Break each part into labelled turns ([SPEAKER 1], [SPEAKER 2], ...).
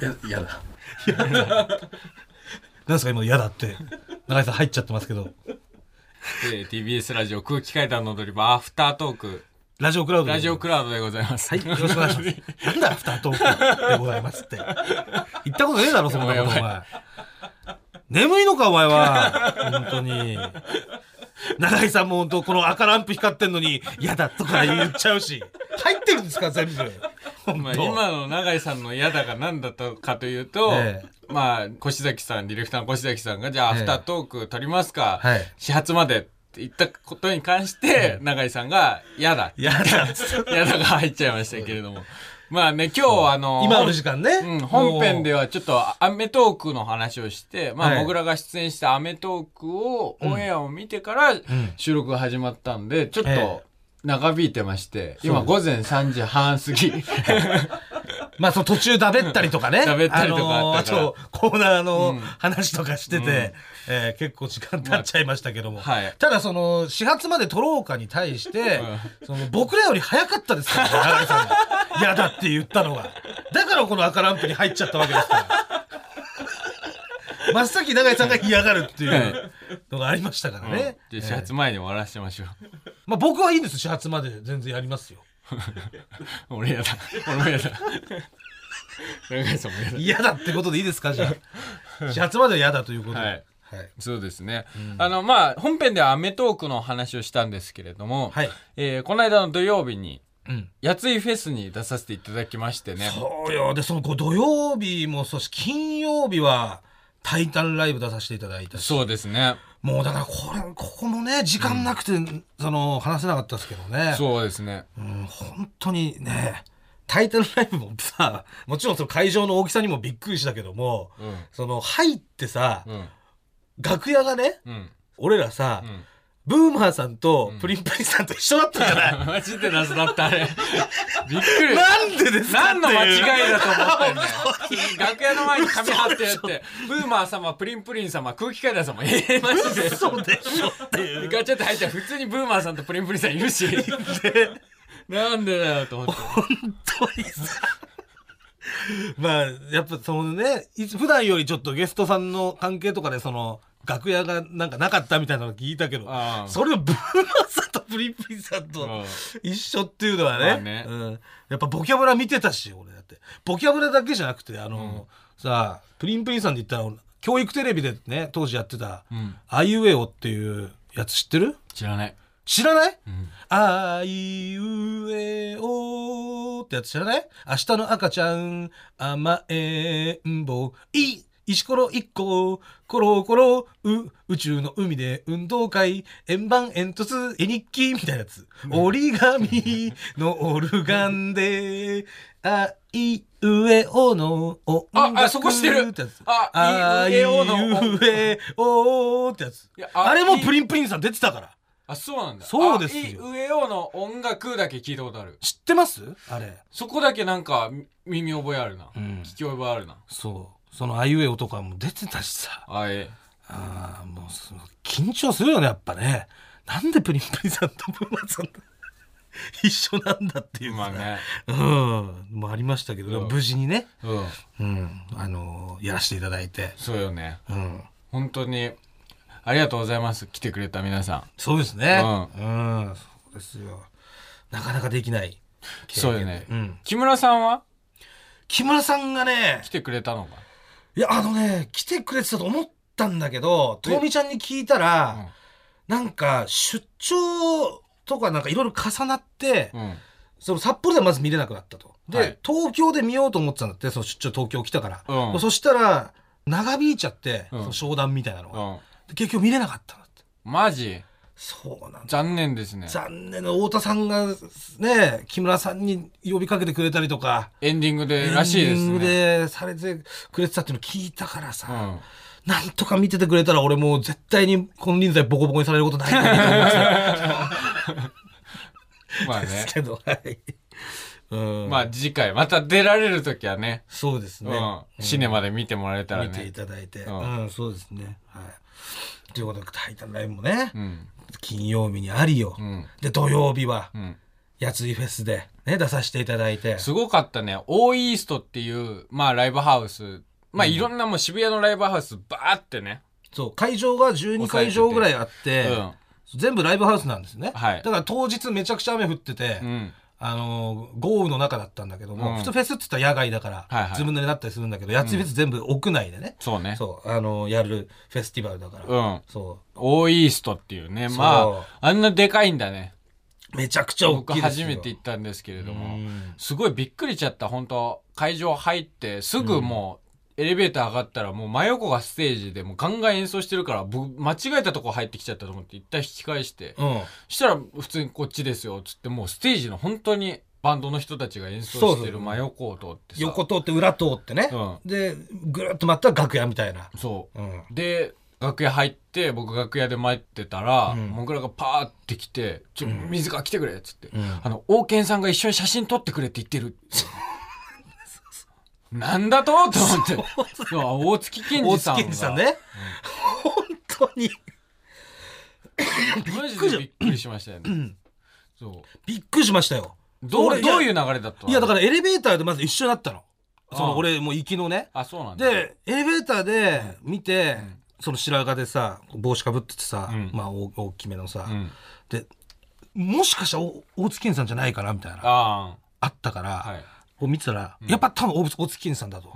[SPEAKER 1] や、やだ。
[SPEAKER 2] 何ですか今の嫌だって。中井さん入っちゃってますけど。
[SPEAKER 3] で TBS ラジオ空気階段の踊り場アフタートーク
[SPEAKER 2] ラジオクラウドで。
[SPEAKER 3] ラジオクラウドでございます、
[SPEAKER 2] はい、よろしくお願いします。なんだ、アフタートークでございますって。言ったことねえだろ、そんなこと、お
[SPEAKER 3] やばいや
[SPEAKER 2] 前。眠いのか、お前は。本当に。永井さんも本当、この赤ランプ光ってんのに、嫌だとか言っちゃうし。入ってるんですか、全部。本
[SPEAKER 3] まあ、
[SPEAKER 2] 当。
[SPEAKER 3] 今の永井さんの嫌だが何だったかというと、
[SPEAKER 2] え
[SPEAKER 3] まあ越崎さんディレクターの越崎さんがじゃあア
[SPEAKER 2] ええ
[SPEAKER 3] フタートーク撮りますか、
[SPEAKER 2] はい
[SPEAKER 3] 始発までって言ったことに関して永井さんが嫌だ
[SPEAKER 2] 嫌だっつって。
[SPEAKER 3] 嫌だが入っちゃいましたけれどもまあね今日あの
[SPEAKER 2] 今の時間ね。
[SPEAKER 3] うん、本編で
[SPEAKER 2] は。
[SPEAKER 3] はちょっと『アメトーク』の話をして、まあ、
[SPEAKER 2] はい
[SPEAKER 3] 僕らが出演した『アメトーク』を、オンエアを見てから収録が始まったんで、ちょっ
[SPEAKER 2] え
[SPEAKER 3] と長引いてまして、今
[SPEAKER 2] そ
[SPEAKER 3] 午前3時半 過ぎ。
[SPEAKER 2] まあ、その途中だべったりとかね。
[SPEAKER 3] だべったりとかあ
[SPEAKER 2] あ
[SPEAKER 3] ったから
[SPEAKER 2] のーあと、コーナー
[SPEAKER 3] う
[SPEAKER 2] の
[SPEAKER 3] ん
[SPEAKER 2] 話とかしてて、えー結構時間経っちゃいましたけども。
[SPEAKER 3] はい。
[SPEAKER 2] ただその始発まで取ろうかに対して、その僕らより早かったですからね永井さんが嫌だって言ったのがだからこの赤ランプに入っちゃったわけです から真っ先に永井さんが嫌がるっていうのがありましたからね、
[SPEAKER 3] じゃあ始発前に終わらせましょ
[SPEAKER 2] まあ、僕はいいんです始発まで全然やりますよ
[SPEAKER 3] う。 俺やだ。俺もやだ。 長井さんもやだ。
[SPEAKER 2] 嫌だってことでいいですかじゃあ 始発までは嫌だということで、
[SPEAKER 3] はい
[SPEAKER 2] はい
[SPEAKER 3] そうですね。あの、まあ、本編では『アメトーク』の話をしたんですけれども、
[SPEAKER 2] はい
[SPEAKER 3] えーこの間の土曜日に、
[SPEAKER 2] うん
[SPEAKER 3] やついフェスに出させていただきましてね。
[SPEAKER 2] そうよでそのこう土曜日もそうし金曜日は「タイタンライブ」出させていただいたし
[SPEAKER 3] そうですね。
[SPEAKER 2] もうだからこれここもね時間なくて、その話せなかったですけどね
[SPEAKER 3] そうですね。
[SPEAKER 2] うん本当にねタイトルライブもさもちろんその会場の大きさにもびっくりしたけども
[SPEAKER 3] う
[SPEAKER 2] その入ってさ、
[SPEAKER 3] ん。うん。
[SPEAKER 2] 楽屋がね
[SPEAKER 3] うん。
[SPEAKER 2] 俺らさ、
[SPEAKER 3] うん。
[SPEAKER 2] ブーマーさんとプリンプリンさんと一緒だったじ ゃない、
[SPEAKER 3] マジで謎だった、あれ。 びっくり。
[SPEAKER 2] なんでですかってい
[SPEAKER 3] 何
[SPEAKER 2] う
[SPEAKER 3] の間違いだと思ったよね。楽屋の前に紙貼ってやって、ブーマー様、プリンプリン様、空気階段様、ええマジで。
[SPEAKER 2] そうでしょっていう
[SPEAKER 3] ガチャって入ったら普通にブーマーさんとプリンプリンさんいる し。なんでだよ、と思って。
[SPEAKER 2] 本当にさ まあやっぱそのねいつ普段よりちょっとゲストさんの関係とかでその楽屋がなんかなかったみたいなの聞いたけど
[SPEAKER 3] ああ
[SPEAKER 2] それをブーマーさんとプリンプリンさん
[SPEAKER 3] う
[SPEAKER 2] と
[SPEAKER 3] ん
[SPEAKER 2] 一緒っていうのは
[SPEAKER 3] ま
[SPEAKER 2] ね,、
[SPEAKER 3] あね
[SPEAKER 2] うん、やっぱボキャブラ見てたし俺だってボキャブラだけじゃなくてあの、さプリンプリンさんで言ったら俺教育テレビでね当時やってた
[SPEAKER 3] うん
[SPEAKER 2] 「あいうえお」っていうやつ知ってる
[SPEAKER 3] 知らない。
[SPEAKER 2] 知らない、あいうえおってやつ知らない明日の赤ちゃん、甘えんぼ、い、石ころ一個、コロコロ、う、宇宙の海で運動会、円盤煙突、絵日記、みたいなやつ。折り紙のオルガンで、あいうえおの音楽
[SPEAKER 3] ああそこ知ってる
[SPEAKER 2] ってやつ
[SPEAKER 3] あ
[SPEAKER 2] あ
[SPEAKER 3] いう
[SPEAKER 2] いうえ
[SPEAKER 3] えお
[SPEAKER 2] お
[SPEAKER 3] の音
[SPEAKER 2] のってやつ
[SPEAKER 3] いやあ
[SPEAKER 2] あれも
[SPEAKER 3] い
[SPEAKER 2] プリンプリンさん出てたから。
[SPEAKER 3] あ、そうなんだ。
[SPEAKER 2] そうですよ
[SPEAKER 3] あい上尾の音楽だけ聞いたことある。
[SPEAKER 2] 知ってますあれ、
[SPEAKER 3] そこだけなんかみ耳覚えあるな。聞き覚えあるな。
[SPEAKER 2] そうそのあいうえおとかも出てたしさ
[SPEAKER 3] あえ
[SPEAKER 2] あーもうその緊張するよねやっぱねなんでプリンプリンさんとブーマさんと 一緒なんだっていう
[SPEAKER 3] まあね。
[SPEAKER 2] うんもありましたけど、でも
[SPEAKER 3] うん
[SPEAKER 2] 無事にね、
[SPEAKER 3] うん。
[SPEAKER 2] うんあのーやらせていただいて、
[SPEAKER 3] そうよね。
[SPEAKER 2] うん、
[SPEAKER 3] 本当に、ありがとうございます。来てくれた皆さん。
[SPEAKER 2] そうですね
[SPEAKER 3] う
[SPEAKER 2] うん、そうですよなかなかできない経験
[SPEAKER 3] そうよね
[SPEAKER 2] ん、
[SPEAKER 3] 木村さんは
[SPEAKER 2] 木村さんがね
[SPEAKER 3] 来てくれたのか。
[SPEAKER 2] いや、あのね、来てくれてたと思ったんだけど、ともみちゃんに聞いたら、なんか、出張とかなんかいろいろ重なって、
[SPEAKER 3] うん。
[SPEAKER 2] その札幌ではまず見れなくなったと。で、
[SPEAKER 3] はい
[SPEAKER 2] 東京で見ようと思ってたんだって、その出張東京来たから。
[SPEAKER 3] うん
[SPEAKER 2] そしたら、長引いちゃって、
[SPEAKER 3] うん
[SPEAKER 2] その商談みたいなの
[SPEAKER 3] う
[SPEAKER 2] が、
[SPEAKER 3] ん。
[SPEAKER 2] で結局見れなかったんだって。
[SPEAKER 3] マジ
[SPEAKER 2] そうなんだ。
[SPEAKER 3] 残念ですね。
[SPEAKER 2] 残念な太田さんがね木村さんに呼びかけてくれたりとか
[SPEAKER 3] エンディングでらしいで
[SPEAKER 2] エ
[SPEAKER 3] す
[SPEAKER 2] ンディング
[SPEAKER 3] ね。
[SPEAKER 2] でされてくれてたっていうの聞いたからさ、
[SPEAKER 3] うん。
[SPEAKER 2] なんとか見ててくれたら俺もう絶対にこの人材ボコボコにされることないと思
[SPEAKER 3] ま
[SPEAKER 2] うん
[SPEAKER 3] あ
[SPEAKER 2] です
[SPEAKER 3] ね。
[SPEAKER 2] けど、はい。うん。
[SPEAKER 3] まあ次回、また出られる時はね。
[SPEAKER 2] そうですね。
[SPEAKER 3] うん。シネマで見てもらえたら
[SPEAKER 2] 見てい
[SPEAKER 3] ね。
[SPEAKER 2] ただいて、
[SPEAKER 3] う
[SPEAKER 2] うんん、そうですね。はい。ということで、タイタンライブもね、
[SPEAKER 3] うん。
[SPEAKER 2] 金曜日にありよ、
[SPEAKER 3] うん。
[SPEAKER 2] で、土曜日は
[SPEAKER 3] う、ん。
[SPEAKER 2] やついフェスで、ね、出させていただいて。
[SPEAKER 3] すごかったね。オーイーストっていう、まあライブハウス。まあいろんなもう渋谷のライブハウスバーってね。
[SPEAKER 2] そう、会場が12会場ぐらいあって、
[SPEAKER 3] うん。
[SPEAKER 2] 全部ライブハウスなんですね。
[SPEAKER 3] はい
[SPEAKER 2] だから当日めちゃくちゃ雨降ってて、
[SPEAKER 3] うん。
[SPEAKER 2] あのー豪雨の中だったんだけども、
[SPEAKER 3] うん
[SPEAKER 2] 普通フェスって言ったら野外だから、
[SPEAKER 3] はいはい
[SPEAKER 2] ずぶ濡れになったりするんだけど、やついフェス全部屋内でね、
[SPEAKER 3] そうね。
[SPEAKER 2] そう、あのーやるフェスティバルだから。
[SPEAKER 3] うん。
[SPEAKER 2] そ
[SPEAKER 3] オーイーストっていうね。
[SPEAKER 2] そう
[SPEAKER 3] まあ、あんなでかいんだね。
[SPEAKER 2] う。めちゃくちゃ大
[SPEAKER 3] 僕
[SPEAKER 2] きいです
[SPEAKER 3] 初
[SPEAKER 2] よ。
[SPEAKER 3] めて行ったんですけれど
[SPEAKER 2] う
[SPEAKER 3] も。
[SPEAKER 2] ん
[SPEAKER 3] すごいびっくりしちゃった。本当会場入って、すぐもう、エレベーター上がったらもう真横がステージでもうガンガン演奏してるから僕間違えたとこ入ってきちゃったと思って一旦引き返して
[SPEAKER 2] うん。
[SPEAKER 3] したら普通にこっちですよっつってもうステージの本当にバンドの人たちが演奏
[SPEAKER 2] そう
[SPEAKER 3] し
[SPEAKER 2] そ
[SPEAKER 3] て
[SPEAKER 2] う
[SPEAKER 3] る真横を通ってさ
[SPEAKER 2] 横通って裏通ってね、
[SPEAKER 3] うん
[SPEAKER 2] でぐるっと待ったら楽屋みたいな、
[SPEAKER 3] そ
[SPEAKER 2] うん、
[SPEAKER 3] うで楽屋入って僕楽屋で待ってたら、
[SPEAKER 2] うん
[SPEAKER 3] もぐらがパーって来て「ちょ
[SPEAKER 2] うん
[SPEAKER 3] 水が来てくれ」っつって、
[SPEAKER 2] うん
[SPEAKER 3] あの王健さんが一緒に写真撮ってくれって言ってる」 なんだとと思ってそう大月健
[SPEAKER 2] 大
[SPEAKER 3] 二さ
[SPEAKER 2] 月
[SPEAKER 3] んが
[SPEAKER 2] 健二さんね、本当に
[SPEAKER 3] マジでびっくりしましたよねそう
[SPEAKER 2] びっくりしましたよ
[SPEAKER 3] どう
[SPEAKER 2] 俺
[SPEAKER 3] どういう流れだったの
[SPEAKER 2] いやだからエレベーターでまず一緒になったのそ
[SPEAKER 3] ああ
[SPEAKER 2] の俺もう行きのね
[SPEAKER 3] あそうなんだ
[SPEAKER 2] でエレベーターで見て、
[SPEAKER 3] ん
[SPEAKER 2] その白髪でさ帽子かぶっててさ、
[SPEAKER 3] うん
[SPEAKER 2] まあ大大きめのさ、
[SPEAKER 3] うん、
[SPEAKER 2] でもしかしたらお大月健二さんじゃないかなみたいなあ
[SPEAKER 3] あ
[SPEAKER 2] ったから、
[SPEAKER 3] あはい、
[SPEAKER 2] こう見てたら、
[SPEAKER 3] うん
[SPEAKER 2] やっぱ多分大大月健二さんだと、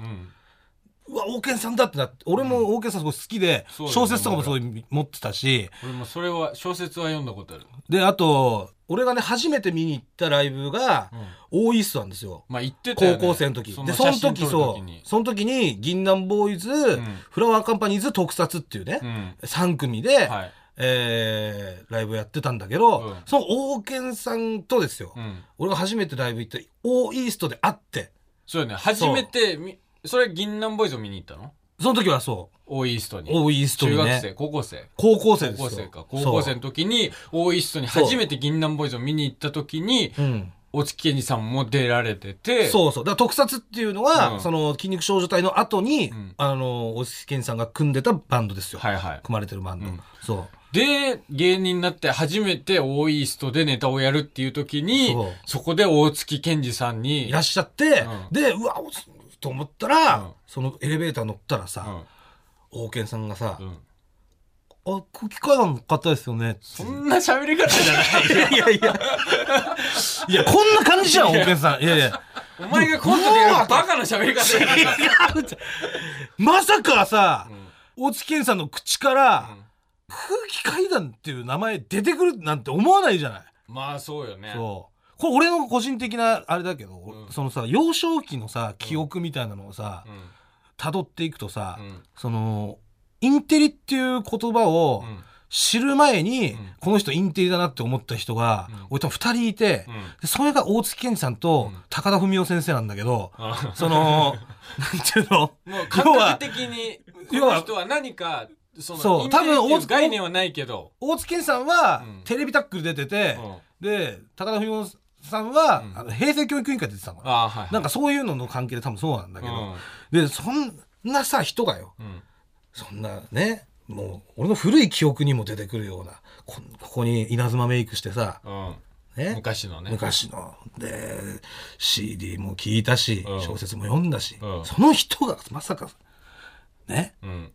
[SPEAKER 3] うん、
[SPEAKER 2] うわ王健さんだってなって俺も王健さんすごい好きで、
[SPEAKER 3] そうだよ
[SPEAKER 2] 小
[SPEAKER 3] ね
[SPEAKER 2] 説とかもすごい持ってたし
[SPEAKER 3] 俺もそれは小説は読んだことある、
[SPEAKER 2] であと俺がね初めて見に行ったライブが
[SPEAKER 3] うん
[SPEAKER 2] 大イーストなんですよ
[SPEAKER 3] まあ言ってた
[SPEAKER 2] 高
[SPEAKER 3] よ、ね、
[SPEAKER 2] 校生の時でそ
[SPEAKER 3] 写
[SPEAKER 2] の
[SPEAKER 3] 真撮
[SPEAKER 2] 時
[SPEAKER 3] る
[SPEAKER 2] そ
[SPEAKER 3] に
[SPEAKER 2] うその時に銀杏ボーイズ、
[SPEAKER 3] ん
[SPEAKER 2] フラワーカンパニーズ特撮っていうね、
[SPEAKER 3] うん
[SPEAKER 2] 3組で、
[SPEAKER 3] はい、
[SPEAKER 2] えーライブやってたんだけど、
[SPEAKER 3] うん
[SPEAKER 2] その王健さんとですよ、
[SPEAKER 3] うん、
[SPEAKER 2] 俺が初めてライブ行った大イーストで会って
[SPEAKER 3] そうよね初めてみそれ銀杏ボーイズを見に行ったの
[SPEAKER 2] その時はそ
[SPEAKER 3] オーイースト
[SPEAKER 2] う
[SPEAKER 3] に
[SPEAKER 2] 大イースト
[SPEAKER 3] 中
[SPEAKER 2] に
[SPEAKER 3] 学生
[SPEAKER 2] ね
[SPEAKER 3] 高校生
[SPEAKER 2] 高校生です
[SPEAKER 3] 高
[SPEAKER 2] よ
[SPEAKER 3] 校生か高校生
[SPEAKER 2] そ
[SPEAKER 3] の時にオーイーストに初めて銀杏ボーイズを見に行った時に
[SPEAKER 2] ううん
[SPEAKER 3] 大月健二さんも出られてて
[SPEAKER 2] そうそう。だから特撮っていうのは、
[SPEAKER 3] うん
[SPEAKER 2] その筋肉少女隊の後に、
[SPEAKER 3] うん
[SPEAKER 2] あの、大月健さんが組んでたバンドですよ。
[SPEAKER 3] はいはい
[SPEAKER 2] 組まれてるバンド。
[SPEAKER 3] うん
[SPEAKER 2] そう。
[SPEAKER 3] で芸人になって初めてオーイーストでネタをやるっていう時に
[SPEAKER 2] そう
[SPEAKER 3] そこで大月健二さんに
[SPEAKER 2] いらっしゃって、
[SPEAKER 3] うん
[SPEAKER 2] で、うわ、おと思ったら、
[SPEAKER 3] うん
[SPEAKER 2] そのエレベーター乗ったら
[SPEAKER 3] う
[SPEAKER 2] さ、
[SPEAKER 3] ん
[SPEAKER 2] 王健さんがさ、
[SPEAKER 3] うん
[SPEAKER 2] あ、空気階段の方ですよねって。
[SPEAKER 3] そんな喋り方 じゃない
[SPEAKER 2] いやいやいや。いや、こんな感じじゃん、王健さん。いやいや。
[SPEAKER 3] お前がコントでやるバカな喋り方じゃない
[SPEAKER 2] 違うってまさかさ、大月健さんの口から、
[SPEAKER 3] うん
[SPEAKER 2] 空気階段っていう名前出てくるなんて思わないじゃない。
[SPEAKER 3] まあそうよね
[SPEAKER 2] そう。これ俺の個人的なあれだけど、
[SPEAKER 3] うん
[SPEAKER 2] そのさ幼少期のさ記憶みたいなのをさ
[SPEAKER 3] うん
[SPEAKER 2] 辿っていくとさ、
[SPEAKER 3] うん
[SPEAKER 2] そのインテリっていう言葉を
[SPEAKER 3] うん
[SPEAKER 2] 知る前に、
[SPEAKER 3] うん
[SPEAKER 2] この人インテリだなって思った人が、
[SPEAKER 3] うん
[SPEAKER 2] 俺多分2人いて、
[SPEAKER 3] うん
[SPEAKER 2] でそれが大月健二さんと
[SPEAKER 3] うん
[SPEAKER 2] 高田文雄先生なんだけど、
[SPEAKER 3] あ
[SPEAKER 2] そのなんていうの
[SPEAKER 3] もう感
[SPEAKER 2] 要は
[SPEAKER 3] 覚的にこ
[SPEAKER 2] 要は
[SPEAKER 3] の人は何かその
[SPEAKER 2] そう
[SPEAKER 3] インテリってい
[SPEAKER 2] 多分大津
[SPEAKER 3] 概念はないけど、
[SPEAKER 2] 大月健二さんは、
[SPEAKER 3] うん
[SPEAKER 2] テレビタックル出てて、
[SPEAKER 3] うん
[SPEAKER 2] で高田文雄さんは、
[SPEAKER 3] うん
[SPEAKER 2] あの平成教育委員会出てたのかな
[SPEAKER 3] ああはいはい
[SPEAKER 2] なんかそういうのの関係で多分そうなんだけど、
[SPEAKER 3] うん
[SPEAKER 2] でそんなさ人がよ
[SPEAKER 3] うん
[SPEAKER 2] そんなねもう俺の古い記憶にも出てくるようなこここに稲妻メイクしてさ、
[SPEAKER 3] うん
[SPEAKER 2] ね、
[SPEAKER 3] 昔のね
[SPEAKER 2] 昔ので CD も聞いたし、
[SPEAKER 3] うん
[SPEAKER 2] 小説も読んだし、
[SPEAKER 3] うん
[SPEAKER 2] その人がまさかね
[SPEAKER 3] うん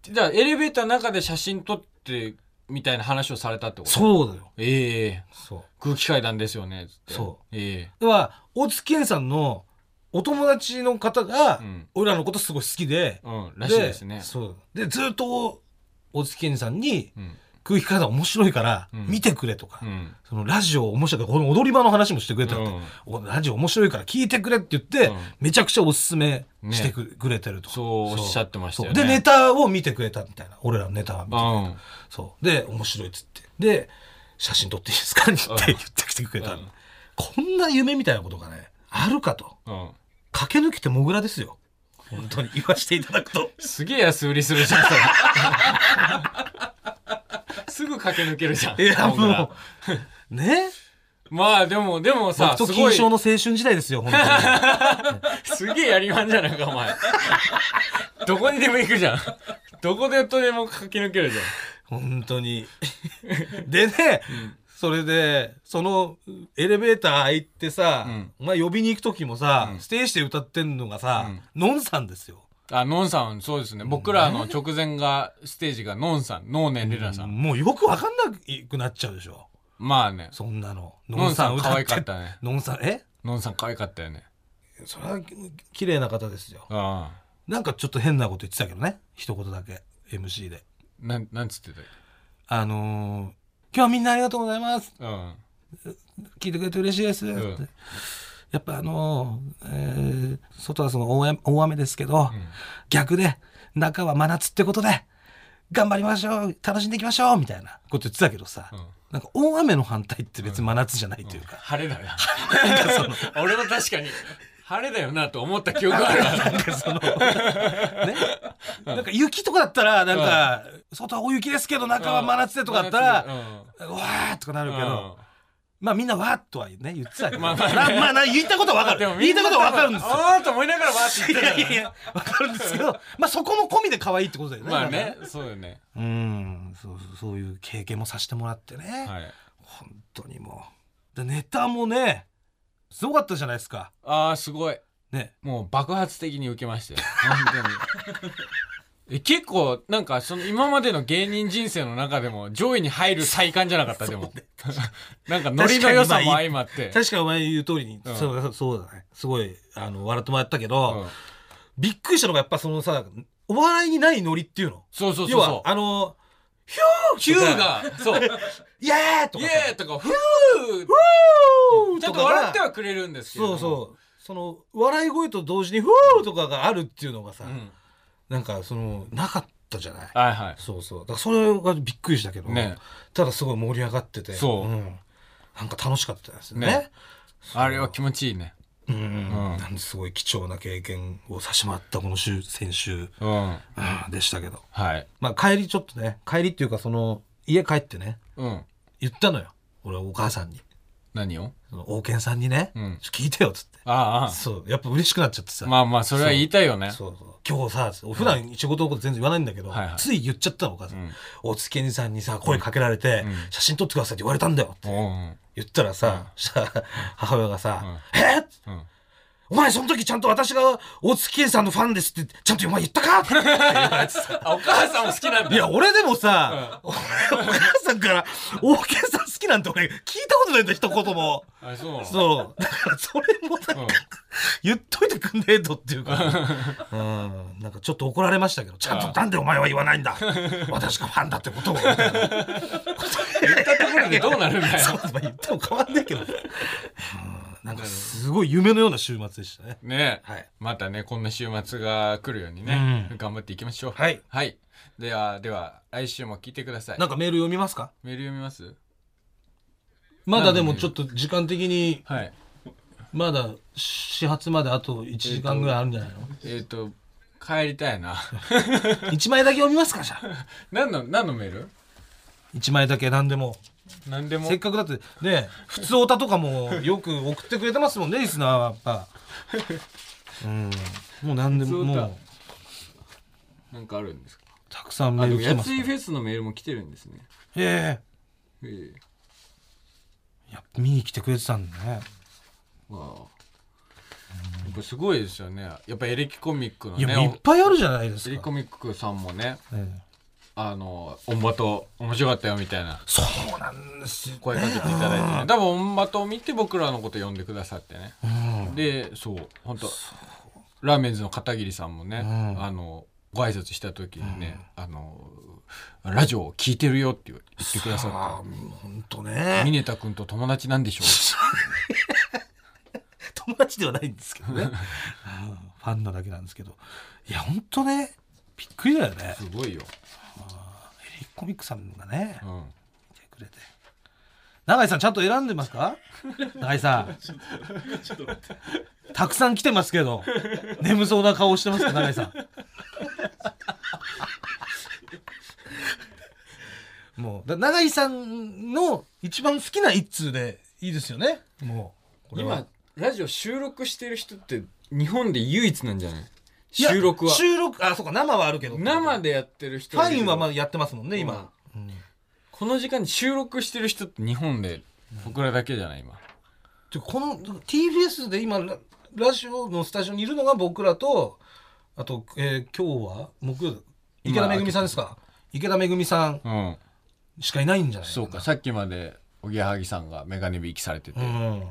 [SPEAKER 3] じゃあエレベーターの中で写真撮ってみたいな話をされたってこと
[SPEAKER 2] そうだよ
[SPEAKER 3] ええ
[SPEAKER 2] そう
[SPEAKER 3] 空気階段ですよねつって
[SPEAKER 2] そう
[SPEAKER 3] え
[SPEAKER 2] では大月健さんのお友達の方が、
[SPEAKER 3] えうん
[SPEAKER 2] 俺らのことすごい好きで、
[SPEAKER 3] うんらしいですね
[SPEAKER 2] そうでずっと大月健さんに
[SPEAKER 3] うん
[SPEAKER 2] 空気階段面白いから
[SPEAKER 3] うん
[SPEAKER 2] 見てくれとか、
[SPEAKER 3] うん
[SPEAKER 2] そのラジオ面白いから、この踊り場の話もしてくれてる、
[SPEAKER 3] うん
[SPEAKER 2] おラジオ面白いから聞いてくれって言って、
[SPEAKER 3] うん
[SPEAKER 2] めちゃくちゃおすすめしてく,、れてると。
[SPEAKER 3] そうおっしゃってましたよね
[SPEAKER 2] そうで、ネタを見てくれたみたいな。俺らのネタは見てくれた
[SPEAKER 3] うん
[SPEAKER 2] そう。で、面白いっつって。で、写真撮っていいですかって言って
[SPEAKER 3] うん
[SPEAKER 2] 言ってきてくれた、
[SPEAKER 3] うん
[SPEAKER 2] こんな夢みたいなことがね、あるかと。
[SPEAKER 3] うん
[SPEAKER 2] 駆け抜けてモグラですよ。本当に言わせていただく と。
[SPEAKER 3] すげえ安売りするじゃんそれ すぐ駆け抜けるじゃん
[SPEAKER 2] いや、
[SPEAKER 3] 僕ら
[SPEAKER 2] も う。ね
[SPEAKER 3] まあでもでもさ
[SPEAKER 2] 僕と
[SPEAKER 3] すご
[SPEAKER 2] 金
[SPEAKER 3] い
[SPEAKER 2] 賞の青春時代ですよ、本当に。
[SPEAKER 3] すげえやりまんじゃないかお前どこにでも行くじゃんどこでとでも駆け抜けるじゃん
[SPEAKER 2] 本当に。でね、それでそのエレベーター行ってさ、
[SPEAKER 3] うん
[SPEAKER 2] お前呼びに行く時もさ、
[SPEAKER 3] うん
[SPEAKER 2] ステージで歌ってんのがさ、のんさんですよ
[SPEAKER 3] あ、ノンさん、そうですね。僕らの直前が、ステージがノンさん、ノーネンレラさん。
[SPEAKER 2] もうよくわかんなくなっちゃうでしょ
[SPEAKER 3] まあね。
[SPEAKER 2] そんなの
[SPEAKER 3] ノンさん可
[SPEAKER 2] 歌
[SPEAKER 3] 愛
[SPEAKER 2] て
[SPEAKER 3] かったね。
[SPEAKER 2] のんさんえ
[SPEAKER 3] ノンさん可愛かったよね。
[SPEAKER 2] それはき綺麗な方ですよ
[SPEAKER 3] あ
[SPEAKER 2] なんかちょっと変なこと言ってたけどね一言だけ MC で
[SPEAKER 3] あ。なん、なんつってたっ
[SPEAKER 2] あのー今日はみんなありがとうございます
[SPEAKER 3] けうん。
[SPEAKER 2] 聞いてくれて嬉しいです、
[SPEAKER 3] ん
[SPEAKER 2] ってやっぱあのーえー外はその大雨大雨ですけど、逆で中は真夏ってことで頑張りましょう楽しんでいきましょうみたいなこと言ってたけどさ、
[SPEAKER 3] うん
[SPEAKER 2] なんか大雨の反対って別に真夏じゃないというか、
[SPEAKER 3] 晴れだな。俺も確かに、晴れだよなと思った記憶あるわ。
[SPEAKER 2] なんか そのねなんか雪とかだったらなんか、外は大雪ですけど中は真夏でとかだったら、うわーとかな
[SPEAKER 3] うん、
[SPEAKER 2] る
[SPEAKER 3] う
[SPEAKER 2] け
[SPEAKER 3] ん
[SPEAKER 2] ど、まあみんなわーとはね言ってたけど、
[SPEAKER 3] ま
[SPEAKER 2] ま
[SPEAKER 3] あ
[SPEAKER 2] あ
[SPEAKER 3] まあ
[SPEAKER 2] まあな言ったことはわかる
[SPEAKER 3] でもみ
[SPEAKER 2] 言
[SPEAKER 3] ん
[SPEAKER 2] っ
[SPEAKER 3] な
[SPEAKER 2] たことはわかるんですよ
[SPEAKER 3] ああと思いながらわーって
[SPEAKER 2] い
[SPEAKER 3] 言って
[SPEAKER 2] や
[SPEAKER 3] たよ
[SPEAKER 2] いやいやわかるんですけ どまあそこも込みで可愛いってことだよね
[SPEAKER 3] まあね、そうよね。
[SPEAKER 2] うんそうそうそういう経験もさせてもらってね、
[SPEAKER 3] はい。
[SPEAKER 2] 本当にもうでネタもねすごかったじゃないですか
[SPEAKER 3] ああ、すごい。
[SPEAKER 2] ね
[SPEAKER 3] もう爆発的に受けましたよ。本当に。え結構、なんか、その今までの芸人人生の中でも上位に入る体感じゃなかった、でも。 なんかノリの良さも相まって。
[SPEAKER 2] 確かお前言う通りに、
[SPEAKER 3] うん
[SPEAKER 2] そうそうだねすごいあの笑ってもらったけ
[SPEAKER 3] う
[SPEAKER 2] ど、
[SPEAKER 3] ん
[SPEAKER 2] びっくりしたのがやっぱそのさお笑いにないノリっていうの
[SPEAKER 3] そうそうそうそう。
[SPEAKER 2] 要はあの
[SPEAKER 3] ヒ
[SPEAKER 2] ヒ
[SPEAKER 3] ュ
[SPEAKER 2] ュ
[SPEAKER 3] ー
[SPEAKER 2] ー
[SPEAKER 3] が、そう、
[SPEAKER 2] 「イエーイ!」と
[SPEAKER 3] イ
[SPEAKER 2] か
[SPEAKER 3] エ
[SPEAKER 2] さ
[SPEAKER 3] ーイとか、フー
[SPEAKER 2] 「ウォー!」
[SPEAKER 3] ち
[SPEAKER 2] と
[SPEAKER 3] ょっ
[SPEAKER 2] か
[SPEAKER 3] と笑って
[SPEAKER 2] が
[SPEAKER 3] はくれるんですけ
[SPEAKER 2] そ
[SPEAKER 3] ど。
[SPEAKER 2] うそうその笑い声と同時に「フォー!」とかがあるっていうのがさ、
[SPEAKER 3] うん
[SPEAKER 2] なんかそのなかったじゃない
[SPEAKER 3] はいはい。
[SPEAKER 2] そうそうだからそれがびっくりしたけど、
[SPEAKER 3] ね
[SPEAKER 2] ただすごい盛り上がってて
[SPEAKER 3] そうん
[SPEAKER 2] なんか楽しかったですね
[SPEAKER 3] ね
[SPEAKER 2] そう
[SPEAKER 3] あれは気持ちいいね。
[SPEAKER 2] うん、
[SPEAKER 3] うん
[SPEAKER 2] なんですごい貴重な経験をさしてもらったこの週先週、うん
[SPEAKER 3] うん。
[SPEAKER 2] でしたけど
[SPEAKER 3] はい。
[SPEAKER 2] まあ帰りちょっとね帰りっていうかその家帰ってね
[SPEAKER 3] うん。
[SPEAKER 2] 言ったのよ俺はお母さんに
[SPEAKER 3] 何を
[SPEAKER 2] その王健さんにね、
[SPEAKER 3] うん
[SPEAKER 2] ちょっと聞いてよっつって
[SPEAKER 3] あ
[SPEAKER 2] そうやっぱ嬉しくなっちゃってさ、
[SPEAKER 3] あ。まあまあ、それは言いたいよね。
[SPEAKER 2] そうそう今日さつって普段仕事のこと全然言わないんだけど、
[SPEAKER 3] はいはい
[SPEAKER 2] つい言っちゃったのお母さん、
[SPEAKER 3] うん
[SPEAKER 2] おつけにさんにさ声かけられて、
[SPEAKER 3] うん
[SPEAKER 2] 写真撮ってくださいって言われたんだよって
[SPEAKER 3] うんうん
[SPEAKER 2] 言ったらさ、したら母親がさ「えっ
[SPEAKER 3] うん。
[SPEAKER 2] お前その時ちゃんと私が大月健さんのファンですってちゃんとお前言ったか?」って言われて さ
[SPEAKER 3] あ、お母さんも好きなん
[SPEAKER 2] い
[SPEAKER 3] だ。
[SPEAKER 2] や俺でもさ、俺お母さんから「大健さん好き」なんて俺聞いたことないんだ一言も
[SPEAKER 3] あ、そう。
[SPEAKER 2] そうだからそれもなんか
[SPEAKER 3] うん
[SPEAKER 2] 言っといてくんねえとっていう か、うん、なんかちょっと怒られましたけど、ちゃん
[SPEAKER 3] ああ
[SPEAKER 2] となんでお前は言わないん だ私がファンだってことを。みたいな
[SPEAKER 3] 言ったところでどうなるんだ よ。
[SPEAKER 2] そうまあ言っても変わんないけど、うんなんかすごい夢のような週末でしたね。
[SPEAKER 3] ね
[SPEAKER 2] はい。
[SPEAKER 3] またね、こんな週末が来るようにね
[SPEAKER 2] う、ん
[SPEAKER 3] 頑張っていきましょう。
[SPEAKER 2] はい。
[SPEAKER 3] はい。では、では、来週も聞いてください。
[SPEAKER 2] なんかメール読みますか
[SPEAKER 3] メール読みます
[SPEAKER 2] まだでもちょっと時間的に、
[SPEAKER 3] はい。
[SPEAKER 2] まだ始発まであと1時間ぐらいあるんじゃない の
[SPEAKER 3] えっと、帰りた いな。
[SPEAKER 2] ?1 枚だけ読みますかじゃあ。
[SPEAKER 3] 何の、何のメール
[SPEAKER 2] 1枚だけ何でも。
[SPEAKER 3] 何でも
[SPEAKER 2] せっ。かくだって、ね、普通オタとかもよく送ってくれてますもんね、リスナーはやっぱ。うん。もう何でも、
[SPEAKER 3] 普通オ
[SPEAKER 2] も
[SPEAKER 3] タ
[SPEAKER 2] う、
[SPEAKER 3] なんかあるんですか
[SPEAKER 2] たくさんメ
[SPEAKER 3] あ、
[SPEAKER 2] ール
[SPEAKER 3] でも、
[SPEAKER 2] 来て
[SPEAKER 3] や
[SPEAKER 2] ます
[SPEAKER 3] つ
[SPEAKER 2] か
[SPEAKER 3] い
[SPEAKER 2] ら。
[SPEAKER 3] フェスのメールも来てるんですね。
[SPEAKER 2] え
[SPEAKER 3] ええ。
[SPEAKER 2] えやっぱ見に来てくれてたんだね。
[SPEAKER 3] わあ。やっぱすごいですよね。やっぱエレキコミックの
[SPEAKER 2] いや、
[SPEAKER 3] ね。
[SPEAKER 2] もういっぱいあるじゃないです
[SPEAKER 3] エレキ
[SPEAKER 2] か
[SPEAKER 3] コ。ミックさんもね、
[SPEAKER 2] ええ
[SPEAKER 3] あの、オンバト面白かったよみたいな
[SPEAKER 2] そうなんですよね。
[SPEAKER 3] 声かけていただいてね。多分オンバトを見て僕らのこと呼んでくださってね。
[SPEAKER 2] うん
[SPEAKER 3] でそう本当ラーメンズの片桐さんもね、
[SPEAKER 2] うん
[SPEAKER 3] あのご挨拶した時にね、あのラジオを聞いてるよって言ってくださ
[SPEAKER 2] ああ、
[SPEAKER 3] っ
[SPEAKER 2] もうほんと
[SPEAKER 3] て
[SPEAKER 2] ね。
[SPEAKER 3] 峰田君と友達なん でしょ
[SPEAKER 2] 友達ではないんですけどね。うんファンなだけなんですけど。いや、ほんとね、びっくりだよね
[SPEAKER 3] う。すごい
[SPEAKER 2] エレ
[SPEAKER 3] よ、
[SPEAKER 2] キコミックさんがね
[SPEAKER 3] う。ん、
[SPEAKER 2] 来てくれて永井さんちゃんと選んでますか永井さんたくさん来てますけど眠そうな顔してますか永井さんもうだ永井さんの一番好きな一通でいいですよねもうこれは
[SPEAKER 3] 今ラジオ収録してる人って日本で唯一なんじゃない
[SPEAKER 2] いや
[SPEAKER 3] 収録は
[SPEAKER 2] 収録あそうか生はあるけど
[SPEAKER 3] 生でやってる人
[SPEAKER 2] ファインはま
[SPEAKER 3] だ
[SPEAKER 2] だやってますもんね
[SPEAKER 3] うん
[SPEAKER 2] 今、うん
[SPEAKER 3] この時間に収録してる人って日本で僕らだけじゃない今
[SPEAKER 2] でこの TBS で今ララジオのスタジオにいるのが僕らとあと、えー今日は木曜日
[SPEAKER 3] 今
[SPEAKER 2] 池田めぐみさんですか池田めぐみさん
[SPEAKER 3] うん
[SPEAKER 2] しかいないんじゃない
[SPEAKER 3] そうかさっきまでおぎやはぎさんがメガネ引きされてて、
[SPEAKER 2] うんも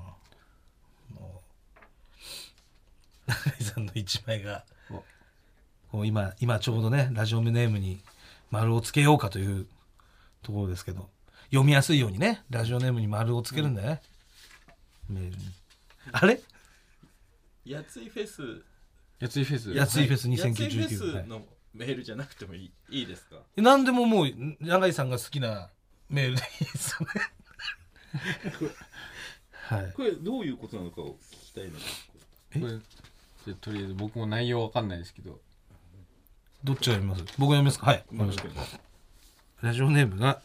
[SPEAKER 2] う中井さんの一枚が
[SPEAKER 3] お
[SPEAKER 2] こう今今ちょうどねラジオネームに丸をつけようかというところですけど読みやすいようにねラジオネームに丸をつけるんだよね、メールにあれ
[SPEAKER 1] やついフェス
[SPEAKER 3] やついフェス
[SPEAKER 2] やついフェス
[SPEAKER 1] やついフ
[SPEAKER 2] 2019、は
[SPEAKER 1] ェ
[SPEAKER 2] い
[SPEAKER 1] スのメールじゃなくてもいいいいですか
[SPEAKER 2] 何でももう永井さんが好きなメールでいいですよねはい
[SPEAKER 1] これどういうことなのかを聞きたいのです
[SPEAKER 2] え
[SPEAKER 3] これじゃあとりあえず僕も内容わかんないですけど
[SPEAKER 2] どっちが読みます僕が読みますかはいわかりましたラジオネーム が、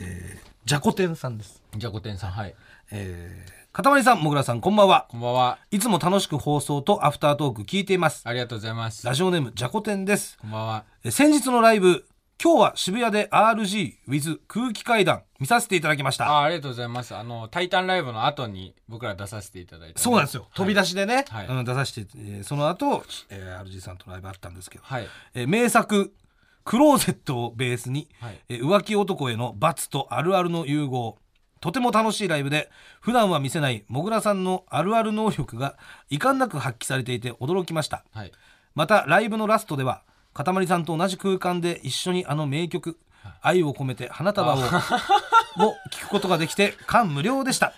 [SPEAKER 2] えー、じゃこてんさんです。
[SPEAKER 3] じゃあごてんさんはい
[SPEAKER 2] えー、かたまりさん、もぐらさん、こんばんは。
[SPEAKER 3] こんばんはい
[SPEAKER 2] つも楽しく放送とアフタートーク聞いています。
[SPEAKER 3] ありがとうございます
[SPEAKER 2] ラジオネーム、じゃこてんです。
[SPEAKER 3] こんばんは
[SPEAKER 2] えー先日のライブ、今日は渋谷で RG with 空気階段見させていただきました。
[SPEAKER 3] あありがとうございますあの「タイタンライブ」の後に僕ら出させていただいて
[SPEAKER 2] そうなんですよ。飛び出しでね、
[SPEAKER 3] はい
[SPEAKER 2] うん、出させて、えーその後、えー RG さんとライブあったんですけど、
[SPEAKER 3] はい
[SPEAKER 2] えー名作、クローゼットをベースに、
[SPEAKER 3] はい
[SPEAKER 2] えー浮気男への罰とあるあるの融合とても楽しいライブで普段は見せないもぐらさんのあるある能力が遺憾なく発揮されていて驚きました
[SPEAKER 3] はい
[SPEAKER 2] またライブのラストではかたまりさんと同じ空間で一緒にあの名曲「愛を込めて花束を」を聞くことができて感無量でした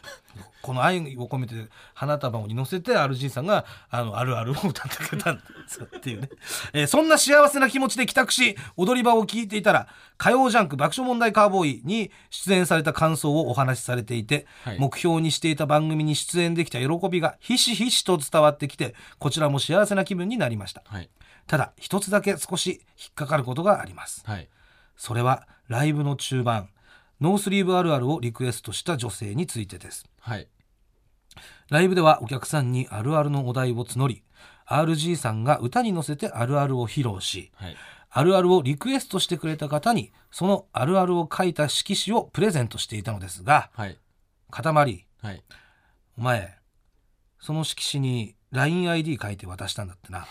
[SPEAKER 2] この「愛を込めて花束を」に乗せて RG さんがあのあるあるを歌ってくれたんですっていうね、えーそんな幸せな気持ちで帰宅し踊り場を聞いていたら「火曜ジャンク爆笑問題カーボーイ」に出演された感想をお話しされていて、
[SPEAKER 3] はい
[SPEAKER 2] 目標にしていた番組に出演できた喜びがひしひしと伝わってきてこちらも幸せな気分になりました
[SPEAKER 3] はい
[SPEAKER 2] ただ一つだけ少し引っかかることがあります
[SPEAKER 3] はい
[SPEAKER 2] それはライブの中盤ノースリーブあるあるをリクエストした女性についてです
[SPEAKER 3] はい
[SPEAKER 2] ライブではお客さんにあるあるのお題を募り RG さんが歌に乗せてあるあるを披露し
[SPEAKER 3] はい
[SPEAKER 2] あるあるをリクエストしてくれた方にそのあるあるを書いた色紙をプレゼントしていたのですが
[SPEAKER 3] はい
[SPEAKER 2] 塊
[SPEAKER 3] はい
[SPEAKER 2] お前その色紙に LINEID 書いて渡したんだってな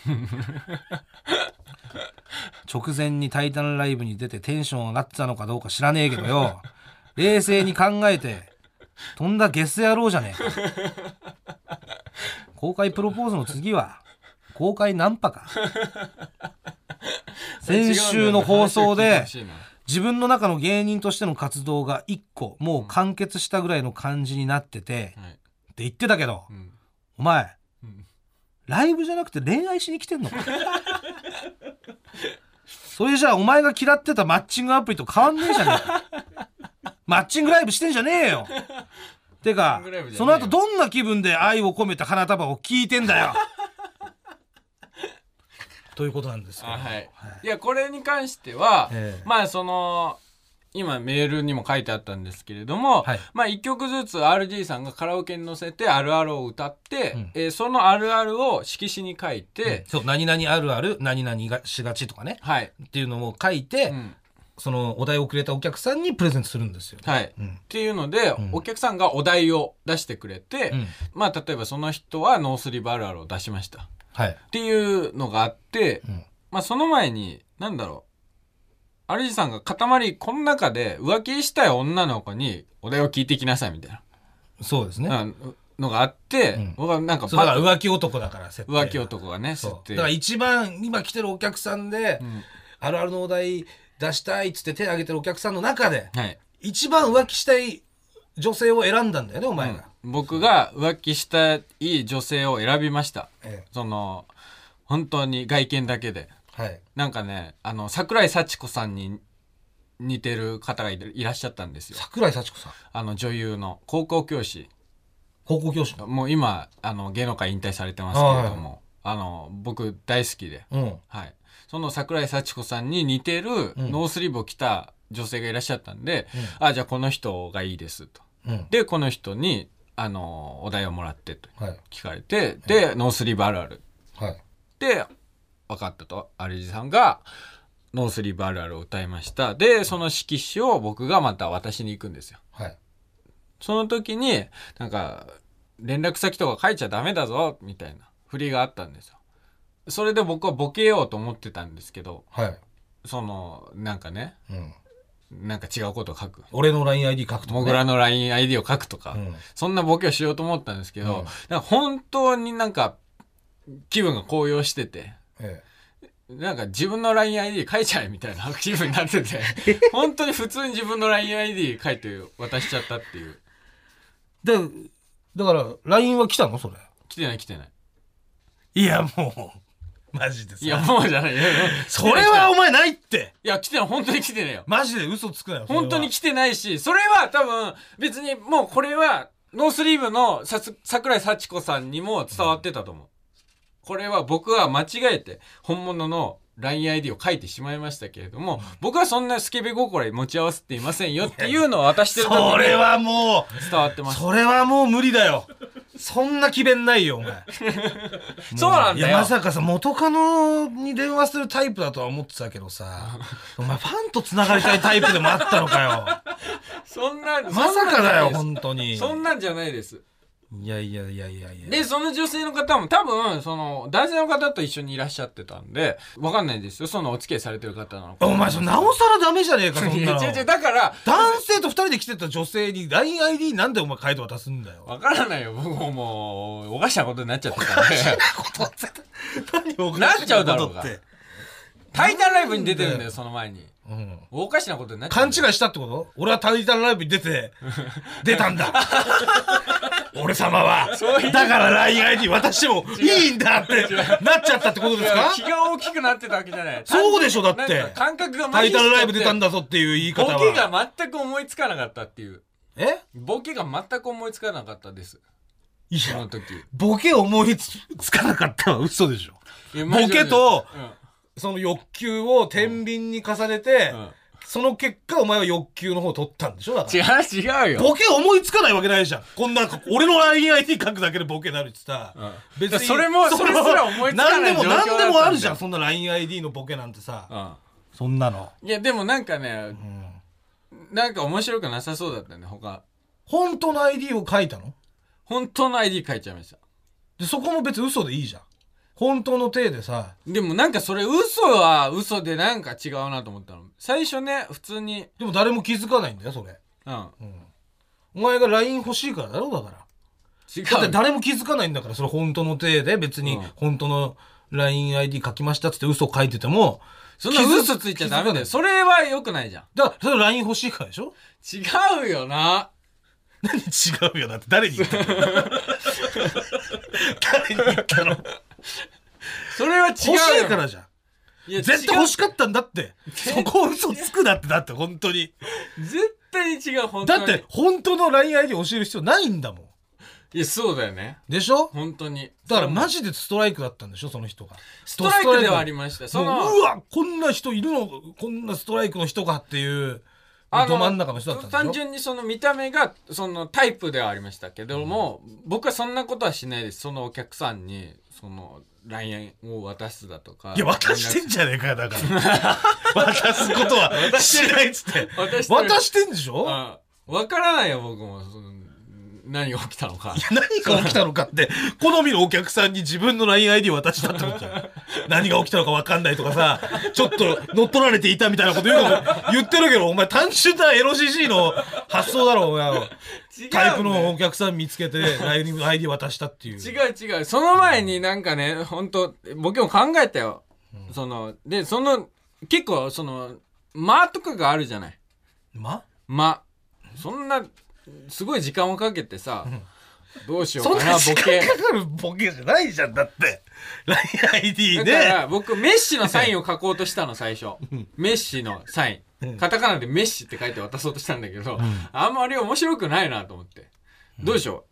[SPEAKER 2] 直前に「タイタンライブ」に出てテンション上がってたのかどうか知らねえけどよ冷静に考えてとんだゲス野郎じゃねえか公開プロポーズの次は公開ナンパか 先週の放送で
[SPEAKER 3] 違うんだよね話を聞いてほしいな
[SPEAKER 2] 自分の中の芸人としての活動が1個もう完結したぐらいの感じになってて、
[SPEAKER 3] はい
[SPEAKER 2] って言ってたけど、
[SPEAKER 3] うん
[SPEAKER 2] お前
[SPEAKER 3] うん
[SPEAKER 2] ライブじゃなくて恋愛しに来てんのか それじゃあお前が嫌ってたマッチングアプリと変わんねえじゃねえか マッチングライブしてんじゃねえよて
[SPEAKER 3] マッチ
[SPEAKER 2] か
[SPEAKER 3] ングライブじゃねえよ
[SPEAKER 2] その後どんな気分で愛を込めた花束を聞いてんだ よということなんですけど
[SPEAKER 3] あはいいやこれに関しては、
[SPEAKER 2] ええ
[SPEAKER 3] まあその今メールにも書いてあったんですけれども、
[SPEAKER 2] はい
[SPEAKER 3] まあ1曲ずつ RG さんがカラオケに乗せてあるあるを歌って、
[SPEAKER 2] うん
[SPEAKER 3] えーそのあるあるを色紙に書いて、
[SPEAKER 2] そう何々あるある何々がしがちとかね
[SPEAKER 3] はい、
[SPEAKER 2] っていうのを書いて、
[SPEAKER 3] うん
[SPEAKER 2] そのお題をくれたお客さんにプレゼントするんですよ、
[SPEAKER 3] はい、っ
[SPEAKER 2] うん
[SPEAKER 3] ていうので、
[SPEAKER 2] ん
[SPEAKER 3] お客さんがお題を出してくれて、
[SPEAKER 2] うん
[SPEAKER 3] まあ例えばその人はノースリーブあるあるを出しましたっ
[SPEAKER 2] はい、
[SPEAKER 3] ていうのがあって、
[SPEAKER 2] うん
[SPEAKER 3] まあその前に何だろう RG さんが塊この中で浮気したい女の子にお題を聞いてきなさいみたいな。
[SPEAKER 2] そうですね、
[SPEAKER 3] うんのがあって、
[SPEAKER 2] うん
[SPEAKER 3] 僕はなんか
[SPEAKER 2] そうだから
[SPEAKER 3] パッ
[SPEAKER 2] 浮気男だから設定
[SPEAKER 3] 浮気男がね、知
[SPEAKER 2] そ
[SPEAKER 3] っ
[SPEAKER 2] うだ
[SPEAKER 3] て。
[SPEAKER 2] から一番今来てるお客さんで、あるあるのお題出したいっつって手挙げてるお客さんの中で
[SPEAKER 3] はい。
[SPEAKER 2] 一番浮気したい女性を選んだんだよねお前が、
[SPEAKER 3] 僕が浮気したい女性を選びました。
[SPEAKER 2] ええ
[SPEAKER 3] その、本当に外見だけで。
[SPEAKER 2] はい
[SPEAKER 3] なんかね、あの、桜井幸子さんに似てる方がいるいらっしゃったんですよ。
[SPEAKER 2] 桜井幸子さん
[SPEAKER 3] あの、女優の高校教師。
[SPEAKER 2] 高校教師の
[SPEAKER 3] もう今、あの、芸能界引退されてますけれども、あの、僕大好きで。
[SPEAKER 2] うん
[SPEAKER 3] はい、その桜井幸子さんに似てる
[SPEAKER 2] うん
[SPEAKER 3] ノースリーブを着た女性がいらっしゃったんで、あじゃあこの人がいいですと。
[SPEAKER 2] うん
[SPEAKER 3] でこの人にあのお題をもらってと
[SPEAKER 2] はい
[SPEAKER 3] 聞かれてで、ノースリーブあるある
[SPEAKER 2] はい
[SPEAKER 3] で分かったと有地さんがノースリーブあるあるを歌いました。で、その色紙を僕がまた渡しに行くんですよ。
[SPEAKER 2] はい。
[SPEAKER 3] その時に、なんか、連絡先とか書いちゃダメだぞ、みたいな振りがあったんですよ。それで僕はボケようと思ってたんですけど、
[SPEAKER 2] はい。
[SPEAKER 3] その、なんかね、
[SPEAKER 2] うん。
[SPEAKER 3] なんか違うことを書く。
[SPEAKER 2] 俺の LINEID 書くと
[SPEAKER 3] モグラの LINEID を書くとか、
[SPEAKER 2] うん
[SPEAKER 3] そんなボケをしようと思ったんですけ
[SPEAKER 2] う
[SPEAKER 3] ど、
[SPEAKER 2] ん
[SPEAKER 3] なんか本当になんか気分が高揚してて、
[SPEAKER 2] え
[SPEAKER 3] なんか自分の LINEID 書いちゃえみたいな気分になってて、 本当に普通に自分の LINEID 書いて渡しちゃったっていう。
[SPEAKER 2] え。で、だから、LINE は来たのそれ。
[SPEAKER 3] 来てない来てない。
[SPEAKER 2] いや、もう、マジでさ。
[SPEAKER 3] いや、もうじゃない。いやいや
[SPEAKER 2] それはお前ないって
[SPEAKER 3] いや、来てない。本当に来てないよ。
[SPEAKER 2] マジで嘘つく なよ。それは
[SPEAKER 3] 本当に来てないし、それは多分、別にもうこれは、ノースリーブのさつ桜井幸子さんにも伝わってたと思う。これは僕は間違えて、本物の LINEID を書いてしまいましたけれども、僕はそんなスケベ心に持ち合わせていませんよっていう のを渡してる時に
[SPEAKER 2] それ
[SPEAKER 3] 伝
[SPEAKER 2] はもう、
[SPEAKER 3] わってます。
[SPEAKER 2] それはもう無理だよ。そんな機弁ないよ、お前。
[SPEAKER 3] そうなんだ
[SPEAKER 2] いや、ま
[SPEAKER 3] よ。
[SPEAKER 2] さかさ、元カノに電話するタイプだとは思ってたけど さ、お前ファンと繋がりたいタイプでもあったのか
[SPEAKER 3] そんな、
[SPEAKER 2] よ。まさかだよ、
[SPEAKER 3] そんなんじ
[SPEAKER 2] 本当
[SPEAKER 3] ゃないで
[SPEAKER 2] に。
[SPEAKER 3] すそんなんじゃないです。
[SPEAKER 2] いやいやいやいやいや。
[SPEAKER 3] で、その女性の方も多分、その、男性の方と一緒にいらっしゃってたんで、わかんないですよ。そのお付き合いされてる方なのか。
[SPEAKER 2] お前、それなおさらダメじゃねえか、そ
[SPEAKER 3] い
[SPEAKER 2] んな
[SPEAKER 3] や
[SPEAKER 2] の。
[SPEAKER 3] 違う違う、だから、
[SPEAKER 2] 男性と二人で来てた女性に LINEID なんでお前書いて渡すんだ よ。
[SPEAKER 3] わからないよ。僕ももう、おかしなことになっちゃってた んで。
[SPEAKER 2] ことって 何おかしな
[SPEAKER 3] なっちゃうだろうが
[SPEAKER 2] ことって
[SPEAKER 3] タイタンライブに出てるんだよ、その前に。
[SPEAKER 2] うん
[SPEAKER 3] おかしなことになっちゃ
[SPEAKER 2] 勘
[SPEAKER 3] う。
[SPEAKER 2] 違いしたってこと俺はタイタンライブに出て、出たん だ。俺様は、
[SPEAKER 3] そういう
[SPEAKER 2] だから LINEID 私もいいんだってなっちゃったってことですか
[SPEAKER 3] 気が大きくなってたわけじゃない。
[SPEAKER 2] そうでしょだって
[SPEAKER 3] なんか感覚が麻
[SPEAKER 2] タ
[SPEAKER 3] 痺し
[SPEAKER 2] イ
[SPEAKER 3] ち
[SPEAKER 2] タ
[SPEAKER 3] ゃって
[SPEAKER 2] ンライブ出たんだぞっていう言い方
[SPEAKER 3] ボケ
[SPEAKER 2] は。
[SPEAKER 3] が全く思いつかなかったっていう。
[SPEAKER 2] え
[SPEAKER 3] ボケが全く思いつかなかったです。
[SPEAKER 2] い
[SPEAKER 3] その
[SPEAKER 2] や、
[SPEAKER 3] 時。
[SPEAKER 2] ボケ思いつつかなかったは嘘でしょ。
[SPEAKER 3] いやマジで
[SPEAKER 2] ボケと
[SPEAKER 3] うん
[SPEAKER 2] その欲求を天秤に重ねて、
[SPEAKER 3] うん
[SPEAKER 2] その結果お前は欲求の方取ったんでしょだから。
[SPEAKER 3] 違う違うよ。
[SPEAKER 2] ボケ思いつかないわけないじゃん。こんな、俺の LINEID 書くだけでボケになるってさ。
[SPEAKER 3] うん
[SPEAKER 2] 別
[SPEAKER 3] だ
[SPEAKER 2] に
[SPEAKER 3] からそれもそれすら思いつかな
[SPEAKER 2] 何で
[SPEAKER 3] い
[SPEAKER 2] も
[SPEAKER 3] 状況だったんだよ
[SPEAKER 2] 何でもあるじゃんそんな LINEID のボケなんてさ、
[SPEAKER 3] う
[SPEAKER 2] そんなの、
[SPEAKER 3] ん。いや、でもなんかね
[SPEAKER 2] う、ん、
[SPEAKER 3] なんか面白くなさそうだったね、他。
[SPEAKER 2] 本当の ID を書いたの
[SPEAKER 3] 本当の ID 書いちゃいました。
[SPEAKER 2] でそこも別に嘘でいいじゃん本当の体でさ
[SPEAKER 3] でもなんかそれ嘘は嘘でなんか違うなと思ったの。最初ね、普通に、
[SPEAKER 2] でも誰も気づかないんだよそれ、
[SPEAKER 3] うん。
[SPEAKER 2] うん、お前が LINE 欲しいからだろだから
[SPEAKER 3] 違
[SPEAKER 2] だって
[SPEAKER 3] う。
[SPEAKER 2] 誰も気づかないんだからそれ本当の体で別に
[SPEAKER 3] うん
[SPEAKER 2] 本当の LINEID 書きましたっつって嘘書いてても
[SPEAKER 3] そんな嘘ついちゃダメだよ。
[SPEAKER 2] 気づ
[SPEAKER 3] それは良くないじゃん。
[SPEAKER 2] だからそれ LINE 欲しいからでしょ
[SPEAKER 3] 違うよな。
[SPEAKER 2] 何違うよだって 誰に言ったの誰に言ったの
[SPEAKER 3] それは違うよ。
[SPEAKER 2] 欲しいからじゃん
[SPEAKER 3] いや。
[SPEAKER 2] 絶対欲し
[SPEAKER 3] か
[SPEAKER 2] かったんだって。そこを嘘つくなって、だって本当に。
[SPEAKER 3] 絶対に違う、本当
[SPEAKER 2] だ
[SPEAKER 3] に。
[SPEAKER 2] って、本当の LINE ID 教える必要ないんだもん。
[SPEAKER 3] いや、そうだよね。
[SPEAKER 2] でしょ
[SPEAKER 3] 本当に。
[SPEAKER 2] だからマ
[SPEAKER 3] ジ
[SPEAKER 2] ジでストライクだったんでしょその人が。
[SPEAKER 3] ストライクではあり
[SPEAKER 2] ま
[SPEAKER 3] ました。
[SPEAKER 2] す。も
[SPEAKER 3] そうの、
[SPEAKER 2] うわこんな人いるのこんなストライクの人かっていう、
[SPEAKER 3] あ
[SPEAKER 2] ど真ん中の人だったん
[SPEAKER 3] 単
[SPEAKER 2] でしょ
[SPEAKER 3] 純にその見た目がそのタイプではありましたけども、僕はそんなことはしないですそのお客さんにその LINE を渡すだとか
[SPEAKER 2] いや、渡してんじゃねえかよ、だ から。渡すことはしないっつって。
[SPEAKER 3] 渡してる
[SPEAKER 2] 渡してんでしょいや
[SPEAKER 3] あ分からないよ僕もその何が起きたのか
[SPEAKER 2] 何が起きたのかって、好みのお客さんに自分の LINEID 渡したってことじ ゃん。何が起きたのか分かんないとかさ、ちょっと乗っ取られていたみたいなこと言うのも言ってるけど、お前単純な LCC の発想だろ、お前。
[SPEAKER 3] 違う
[SPEAKER 2] タイプのお客さん見つけて LINEID 渡したっていう。
[SPEAKER 3] 違う違うその前になんかね本当僕も考えたよ、そのでその結構その間とかがあるじゃない
[SPEAKER 2] ま
[SPEAKER 3] まそんなすごい時間をかけてさ、どうしよう
[SPEAKER 2] そん
[SPEAKER 3] かな
[SPEAKER 2] な
[SPEAKER 3] ボ
[SPEAKER 2] 時
[SPEAKER 3] ケ
[SPEAKER 2] 間かかるボケじゃないじゃん、だって。LINEID
[SPEAKER 3] だか
[SPEAKER 2] ね。
[SPEAKER 3] ら僕メッシのサインを書こうとしたの最初メッシのサインカタカナでメッシって書いて渡そうとしたんだけど、あんまり面白くないなと思ってどうでしょ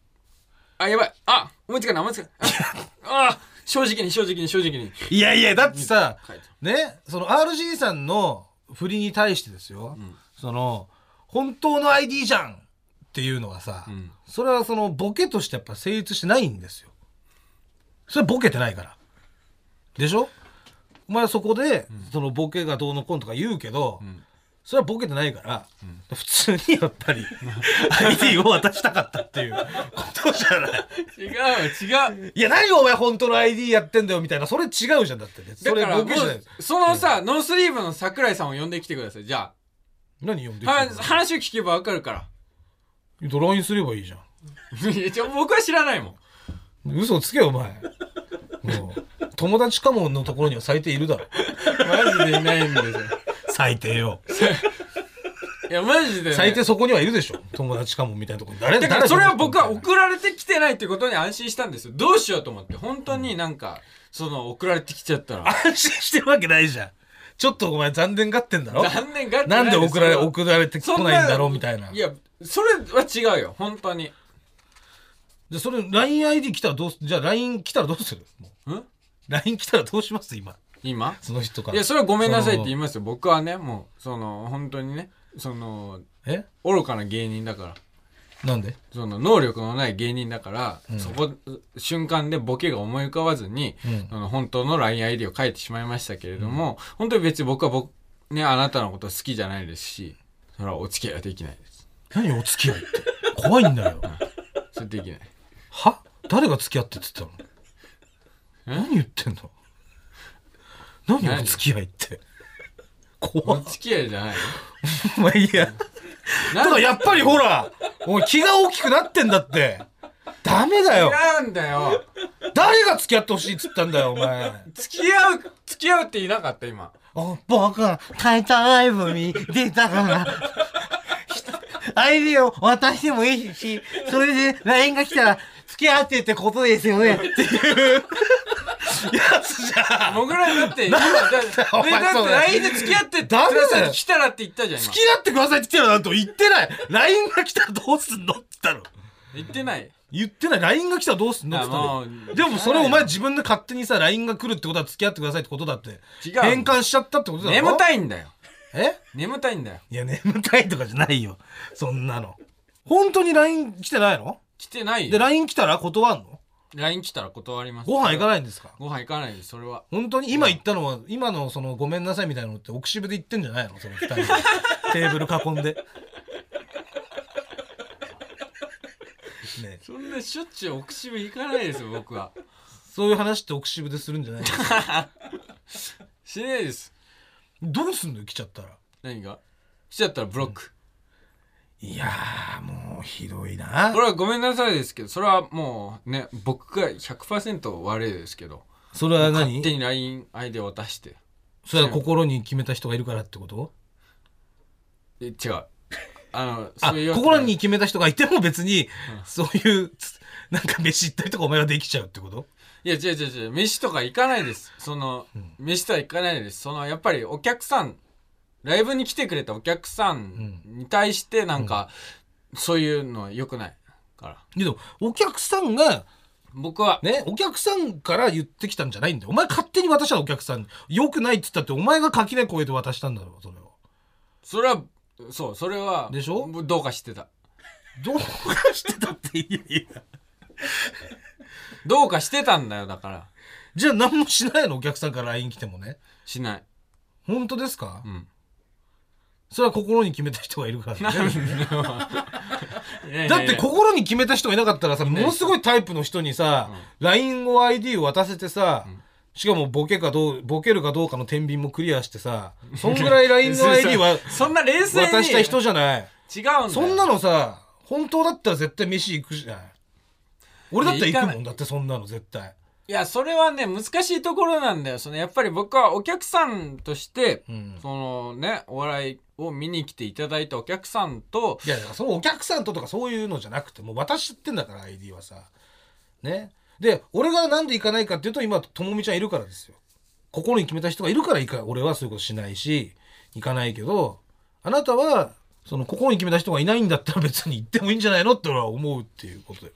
[SPEAKER 3] う、あやばいあ思いつかない思いつかない ああ正直に正直に正直に
[SPEAKER 2] いやいや、だってさ、
[SPEAKER 3] 書いて
[SPEAKER 2] ね、その RG さんの振りに対してですよ、その、本当の ID じゃんっていうのはさ、
[SPEAKER 3] ん
[SPEAKER 2] それはそのボケとしてやっぱ成立してないんですよ。それはボケてないから。でしょお前はそこで、そのボケがどうのこうのとか言うけど、
[SPEAKER 3] ん
[SPEAKER 2] それはボケてないから、普通にやっぱ り ID を渡したかったっていうことじゃない
[SPEAKER 3] 違う違う
[SPEAKER 2] いや何お前本当の ID やってんだよみたいなそれ違うじゃんだって別にそ
[SPEAKER 3] だか
[SPEAKER 2] れ
[SPEAKER 3] ら
[SPEAKER 2] ボ
[SPEAKER 3] も
[SPEAKER 2] ケじゃないう
[SPEAKER 3] そのさ、ノースリーブの桜井さんを呼んできてくださいじゃ
[SPEAKER 2] 何呼んで
[SPEAKER 3] あ
[SPEAKER 2] きて
[SPEAKER 3] は
[SPEAKER 2] んの
[SPEAKER 3] 話を聞けばわかるから
[SPEAKER 2] ドラインすればいいじゃん
[SPEAKER 3] いやちょ僕は知らないもん
[SPEAKER 2] 嘘つけよお前もう友達かものところには最低いるだろ
[SPEAKER 3] マジでいないんですよ
[SPEAKER 2] 最低よ
[SPEAKER 3] いやマジでね、
[SPEAKER 2] 最低そこにはいるでしょ友達かもみたいなところに誰
[SPEAKER 3] だからそれは僕は
[SPEAKER 2] 誰
[SPEAKER 3] 送られてきてないってことに安心したんですよどうしようと思って本当になんかその送られてきちゃったら
[SPEAKER 2] 安心してるわけないじゃんちょっとお前残念がってんだろ
[SPEAKER 3] 残念がっ て
[SPEAKER 2] なんで送られ
[SPEAKER 3] 送
[SPEAKER 2] 送られてこないんだろうみたいない
[SPEAKER 3] やそれは違うよ本当に
[SPEAKER 2] でそれ LINEID 来たらどうすじゃあ LINE 来たらどうするもうん LINE 来たらどうします今
[SPEAKER 3] 今
[SPEAKER 2] その人から
[SPEAKER 3] いやそれはごめんなさいって言い
[SPEAKER 2] 今
[SPEAKER 3] ますよ僕はねもうその本当にねその
[SPEAKER 2] え
[SPEAKER 3] 愚かな芸人だから
[SPEAKER 2] なんで
[SPEAKER 3] その能力のない芸人だから、
[SPEAKER 2] ん
[SPEAKER 3] そこ瞬間でボケが思い浮かばずに、
[SPEAKER 2] うん
[SPEAKER 3] あの本当の LINEID を書いてしまいましたけれども、本当に別に僕は僕、ね、あなたのこと好きじゃないですしそれはお付き合いはできないです
[SPEAKER 2] 何お付き合いって怖いんだよ
[SPEAKER 3] それで きない
[SPEAKER 2] は誰が付き合ってって言ったの何言ってんの何
[SPEAKER 3] 何
[SPEAKER 2] お付き合いって
[SPEAKER 3] お
[SPEAKER 2] 怖っ
[SPEAKER 3] 付き合いじゃない
[SPEAKER 2] まあいいや
[SPEAKER 3] な
[SPEAKER 2] た
[SPEAKER 3] ん
[SPEAKER 2] だやっぱりほらお前気が大きくなってんだってダメだよ
[SPEAKER 3] 違うんだよ
[SPEAKER 2] 誰が付き合ってほしいっつったんだよお前
[SPEAKER 3] 付き合う付き合うって言いなかった今
[SPEAKER 2] お僕はタイタンライブに出た から、ID を渡してもいいし、それで LINE が来たら付き合ってってことですよね、っていう。やつじゃん。
[SPEAKER 3] もぐらいだって今だ
[SPEAKER 2] お
[SPEAKER 3] っ
[SPEAKER 2] 前
[SPEAKER 3] てねだ
[SPEAKER 2] そ
[SPEAKER 3] って
[SPEAKER 2] れ
[SPEAKER 3] LINE で付き合ってってく
[SPEAKER 2] ダメだ
[SPEAKER 3] だ
[SPEAKER 2] よ
[SPEAKER 3] さいって来たらって言ったじゃん今
[SPEAKER 2] 付き合ってくださいって来てるなんて言ってない。LINE が来たらどうすんのって言ったの。
[SPEAKER 3] 言ってない
[SPEAKER 2] 言ってない。LINE が来たらどうすんのって言った
[SPEAKER 3] あ
[SPEAKER 2] の。
[SPEAKER 3] もう
[SPEAKER 2] でもそれお前自分で勝手にさ、LINE が来るってことは付き合ってくださいってことだって。
[SPEAKER 3] 違う
[SPEAKER 2] 変換しちゃったってことだろ
[SPEAKER 3] 眠たいんだよ
[SPEAKER 2] え
[SPEAKER 3] 眠たいんだよ
[SPEAKER 2] いや、眠たいとかじゃないよ。そんなの。本当に LINE 来てないの
[SPEAKER 3] 来てない
[SPEAKER 2] で、
[SPEAKER 3] よ
[SPEAKER 2] LINE 来たら断んの
[SPEAKER 3] LINE 来たら断ります
[SPEAKER 2] ご飯行か
[SPEAKER 3] い
[SPEAKER 2] ないんですか
[SPEAKER 3] ご飯行かないですそれは
[SPEAKER 2] 本当に今言ったのは、今のそのごめんなさいみたいなのって奥渋で言ってんじゃないのその二 人で。テーブル囲んで。ねえ
[SPEAKER 3] そんなしょっちゅう奥渋行かないですよ僕は
[SPEAKER 2] そういう話って奥渋でするんじゃないの
[SPEAKER 3] しないです
[SPEAKER 2] どうすんのよ来ちゃったら。
[SPEAKER 3] 何が来ちゃったらブロック
[SPEAKER 2] いやー、もうひどいな
[SPEAKER 3] こ。れはごめんなさいですけどそれはもうね僕が100%悪いですけど
[SPEAKER 2] それは
[SPEAKER 3] 勝
[SPEAKER 2] 何
[SPEAKER 3] 手に LINE アイデアを出して
[SPEAKER 2] それは心に決めた人がいるからってこと
[SPEAKER 3] え違うあの
[SPEAKER 2] あ
[SPEAKER 3] そういうわけ
[SPEAKER 2] 心に決めた人がいても別に、そういうつなんか飯行ったりとかお前はできちゃうってこと
[SPEAKER 3] いや違う違う違う飯とか行かないですその、飯とは行かないですそのやっぱりお客さんライブに来てくれたお客さんに対してなんか、そういうのは良くないから
[SPEAKER 2] けどお客さんが
[SPEAKER 3] 僕は、
[SPEAKER 2] ねお客さんから言ってきたんじゃないんだよお前勝手に渡したのお客さんによくないっつったってお前が垣根越えて渡したんだろそれを
[SPEAKER 3] それはそうそれは
[SPEAKER 2] でしょ
[SPEAKER 3] どうかしてた
[SPEAKER 2] どうかしてたっていやいや
[SPEAKER 3] どうかしてたんだよだから
[SPEAKER 2] じゃあ何もしないのお客さんから LINE 来てもね
[SPEAKER 3] しない
[SPEAKER 2] 本当ですか、
[SPEAKER 3] うん
[SPEAKER 2] それは心に決めた人がいるからねだって
[SPEAKER 3] こ
[SPEAKER 2] 心に決めた人がいなかったらさものすごいタイプの人にさ LINE を ID を渡せてさしかもボケかどうボケるかどうかの天秤もクリアしてさそんぐらい LINE の ID は
[SPEAKER 3] そんな冷静に
[SPEAKER 2] 渡した人じゃない
[SPEAKER 3] 違うんだよ
[SPEAKER 2] そんなのさ本当だったら絶対飯行くじゃない俺だったら行くもんだってそんなの絶対
[SPEAKER 3] いや、それはね、難しいところなんだよ。その、やっぱり僕はお客さんとして、
[SPEAKER 2] うん
[SPEAKER 3] そのね、お笑いを見に来ていただいたお客さんと、
[SPEAKER 2] いやだからそのお客さんととかそういうのじゃなくてもう渡しちゃってんだから ID はさねで俺がなんで行かないかっていうと今ともみちゃんいるからですよ心に決めた人がいるから行か俺はそういうことしないし行かないけどあなたはその心に決めた人がいないんだったら別に行ってもいいんじゃないのって俺は思うっていうことよ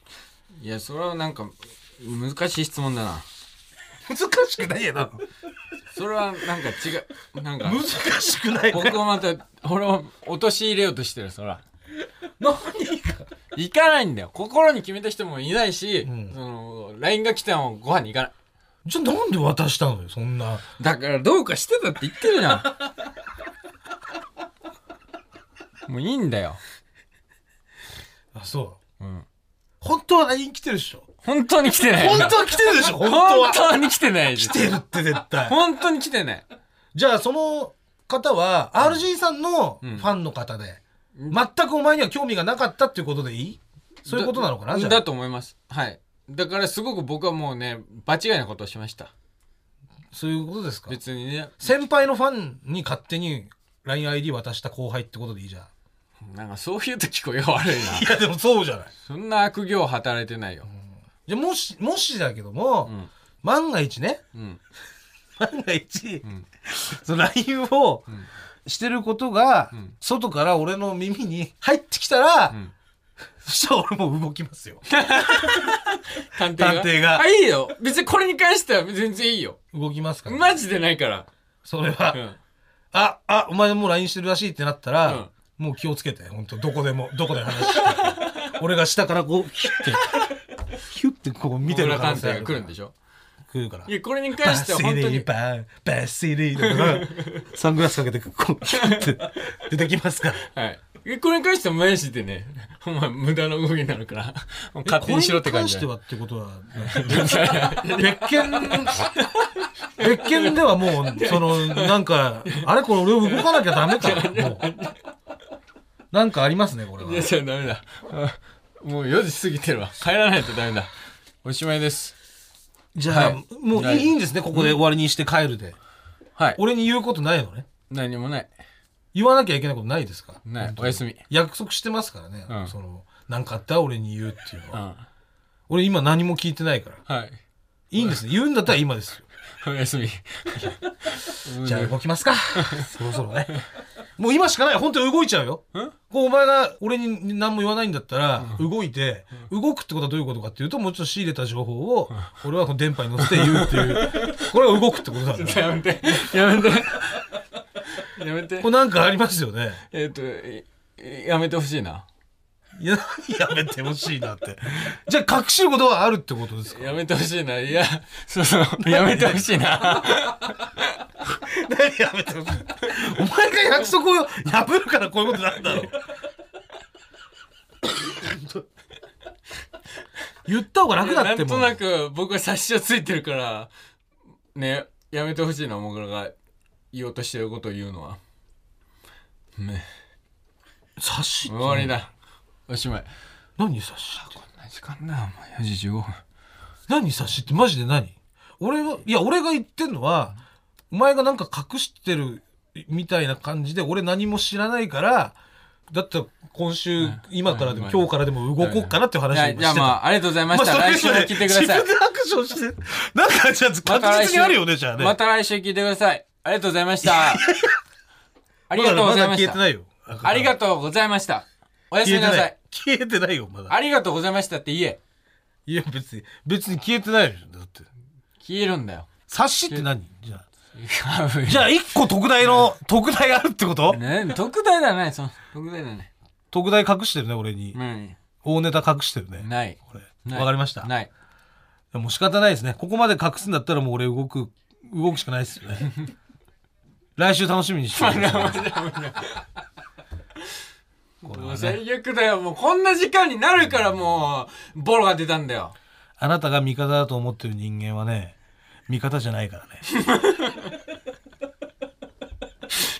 [SPEAKER 3] いや、それはなんか、難しい質問だな。
[SPEAKER 2] 難しくないやな
[SPEAKER 3] それはなんか違 う、なんか、
[SPEAKER 2] 難しくない
[SPEAKER 3] 僕をまた、俺を陥れようとしてる、そ ら。
[SPEAKER 2] 何が
[SPEAKER 3] 行かないんだよ。心に決めた人もいないし、
[SPEAKER 2] ん
[SPEAKER 3] その、LINE が来てもご飯に行かない。
[SPEAKER 2] じゃあなんで渡したのよそんな
[SPEAKER 3] だからどうかしてたって言ってるじゃん。 もういいんだよ。
[SPEAKER 2] あそう
[SPEAKER 3] うん。
[SPEAKER 2] 本当は LINE 来てるでしょ
[SPEAKER 3] 本当に来てない。
[SPEAKER 2] 本当は来てるでしょ本当
[SPEAKER 3] 本
[SPEAKER 2] は
[SPEAKER 3] 当に来てないで
[SPEAKER 2] 来
[SPEAKER 3] す。
[SPEAKER 2] てるって絶対
[SPEAKER 3] 本当に来てない。
[SPEAKER 2] じゃあその方は RG さんのファンの方で、
[SPEAKER 3] うん
[SPEAKER 2] 全くお前には興味がなかったっていうことでいいそういうことなのかな
[SPEAKER 3] だ
[SPEAKER 2] じゃ
[SPEAKER 3] だ
[SPEAKER 2] あ
[SPEAKER 3] と思います。はい。だからすごく僕はもうね、場違いなことをしました。
[SPEAKER 2] そういうことですか
[SPEAKER 3] 別にね、
[SPEAKER 2] 先輩のファンに勝手に LINEID 渡した後輩ってことでいいじゃん
[SPEAKER 3] なんかそういう時声が悪い
[SPEAKER 2] い
[SPEAKER 3] な。
[SPEAKER 2] やでもそうじゃない
[SPEAKER 3] そんな悪行働いてないよ。
[SPEAKER 2] じゃあもしもしだけども、
[SPEAKER 3] うん。
[SPEAKER 2] 万が一ね
[SPEAKER 3] うん。
[SPEAKER 2] 万が一、
[SPEAKER 3] ん
[SPEAKER 2] その LINE を
[SPEAKER 3] うん
[SPEAKER 2] してることが、
[SPEAKER 3] うん
[SPEAKER 2] 外から俺の耳に入ってきたら、
[SPEAKER 3] うん。
[SPEAKER 2] そしたら俺も動きます よ
[SPEAKER 3] 探偵が。
[SPEAKER 2] 探偵が
[SPEAKER 3] あ、いいよ。別にこれに関しては全然いいよ。
[SPEAKER 2] 動きますから、
[SPEAKER 3] マジでないから。
[SPEAKER 2] それは、
[SPEAKER 3] うん。
[SPEAKER 2] ああお前もう LINE してるらしいってなったら、もう気をつけて本当どこでもどこで話してて俺が下からこうヒュッて ヒュッてこう見てる可能性あ
[SPEAKER 3] 小村探偵が来るんで
[SPEAKER 2] しょ
[SPEAKER 3] しょ
[SPEAKER 2] 来るから
[SPEAKER 3] いや、これに
[SPEAKER 2] バ
[SPEAKER 3] 関
[SPEAKER 2] ッ
[SPEAKER 3] しては
[SPEAKER 2] シ
[SPEAKER 3] 本当
[SPEAKER 2] リ
[SPEAKER 3] に
[SPEAKER 2] ー。バーバッシリー とかサングラスかけてこうヒュッて出てきますから
[SPEAKER 3] はい。えこれに関してはマジでね、お前無駄な動きになるから、もう勝手にしろって感じだ
[SPEAKER 2] これ
[SPEAKER 3] よ。。
[SPEAKER 2] に関してはってことは、別件、別件ではもう、その、なんか、あれこれ俺動かなきゃダメか。もう。なんかありますね、これはい
[SPEAKER 3] や、じゃあダメだ。あ もう4時過ぎてるわ。帰らないとダメだ。おしまいです。
[SPEAKER 2] じゃあ、
[SPEAKER 3] はい
[SPEAKER 2] もういいいいんですね、ここで終わりにして帰るで。
[SPEAKER 3] はい。
[SPEAKER 2] 俺に言うことないのね。
[SPEAKER 3] 何もない。
[SPEAKER 2] 言わなきゃいけないことないですから。
[SPEAKER 3] ない
[SPEAKER 2] 本。当
[SPEAKER 3] お
[SPEAKER 2] に
[SPEAKER 3] やすみ。
[SPEAKER 2] 約束してますからね、
[SPEAKER 3] うん
[SPEAKER 2] その、なんかあったら俺に言うっていうの
[SPEAKER 3] う
[SPEAKER 2] は。
[SPEAKER 3] ん。
[SPEAKER 2] 俺今何も聞いてないから。
[SPEAKER 3] はい。
[SPEAKER 2] いいんですね。言うんだったら今ですよ。
[SPEAKER 3] おやすみ。
[SPEAKER 2] じゃあ動きますか。 そろそろね。 もう今しかない。本当に動いちゃうよ。
[SPEAKER 3] ん
[SPEAKER 2] こうお前が俺に何も言わないんだったら、動いて、動くってことはどういうことかっていうと、もうちょっと仕入れた情報を、俺はこの電波に乗せて言うっていう。 これは動くってこと なんだよ。
[SPEAKER 3] やめて。やめて。やめて
[SPEAKER 2] これ。なんかありますよね。
[SPEAKER 3] えっと、いやめてほしいな。
[SPEAKER 2] いや、やめてほしいなって。じゃあ隠しることはあるってことですか
[SPEAKER 3] やめてほしいな。いや、そうそう。やめてほしいな。
[SPEAKER 2] 何やめてほしいお前が約束を破るからこういうことなんだ ろう。言った方が楽だっても
[SPEAKER 3] なんとなく僕は察しはついてるからねやめてほしいなもぐらが言おうとしてることを言うのはね
[SPEAKER 2] 刺し
[SPEAKER 3] 終わりだおしまい
[SPEAKER 2] 何刺しって
[SPEAKER 3] こんな時間だお前4時15分
[SPEAKER 2] 何刺しってマジで何俺はいや俺が言ってんのはお前がなんか隠してるみたいな感じで俺何も知らないからだったら今週、
[SPEAKER 3] ん
[SPEAKER 2] 今からでも、
[SPEAKER 3] うん
[SPEAKER 2] 今日からでも動こうかなっていう話を
[SPEAKER 3] じゃあ
[SPEAKER 2] 今
[SPEAKER 3] じゃ
[SPEAKER 2] し
[SPEAKER 3] あ
[SPEAKER 2] て
[SPEAKER 3] ま
[SPEAKER 2] た。
[SPEAKER 3] あありがとうございました、
[SPEAKER 2] それ
[SPEAKER 3] 来週
[SPEAKER 2] ぞ
[SPEAKER 3] も
[SPEAKER 2] れ
[SPEAKER 3] 聞いてください
[SPEAKER 2] 自分でアクション して、なんかじゃあ
[SPEAKER 3] また
[SPEAKER 2] 確
[SPEAKER 3] 来週
[SPEAKER 2] 実にあるよね、じゃあね。
[SPEAKER 3] また来週聞いてくださいありがとうございました ありがとうございまし
[SPEAKER 2] だからだ消えて
[SPEAKER 3] た
[SPEAKER 2] ないよ。
[SPEAKER 3] ありが
[SPEAKER 2] と
[SPEAKER 3] とうございましたおやす
[SPEAKER 2] 消え
[SPEAKER 3] み
[SPEAKER 2] て
[SPEAKER 3] な
[SPEAKER 2] な
[SPEAKER 3] さ
[SPEAKER 2] い
[SPEAKER 3] い。
[SPEAKER 2] 消えてないよ、まだ。
[SPEAKER 3] ありがとうございましたって言え
[SPEAKER 2] いや、別に、別に消えてないでしょ、だって。
[SPEAKER 3] 消えるんだよ
[SPEAKER 2] 察しって何じゃあ。 じ
[SPEAKER 3] じ
[SPEAKER 2] ゃあ、一個特大の、特大あるってこと
[SPEAKER 3] ね、 特大だね、その、特大だね。
[SPEAKER 2] 特大隠してるね、俺に。
[SPEAKER 3] うん。
[SPEAKER 2] 大ネタ隠してるね。
[SPEAKER 3] ない。
[SPEAKER 2] これ。
[SPEAKER 3] ない
[SPEAKER 2] わかりました。
[SPEAKER 3] ない。
[SPEAKER 2] もう仕方ないですね。ここまで隠すんだったらもう俺動く、動くしかないですよね。来週楽しみにしてください これ
[SPEAKER 3] も
[SPEAKER 2] はね、
[SPEAKER 3] う最悪だよ。もうこんな時間になるからもう、ボロが出たんだよ。
[SPEAKER 2] あなたが味方だと思ってる人間はね、味方じゃないからね。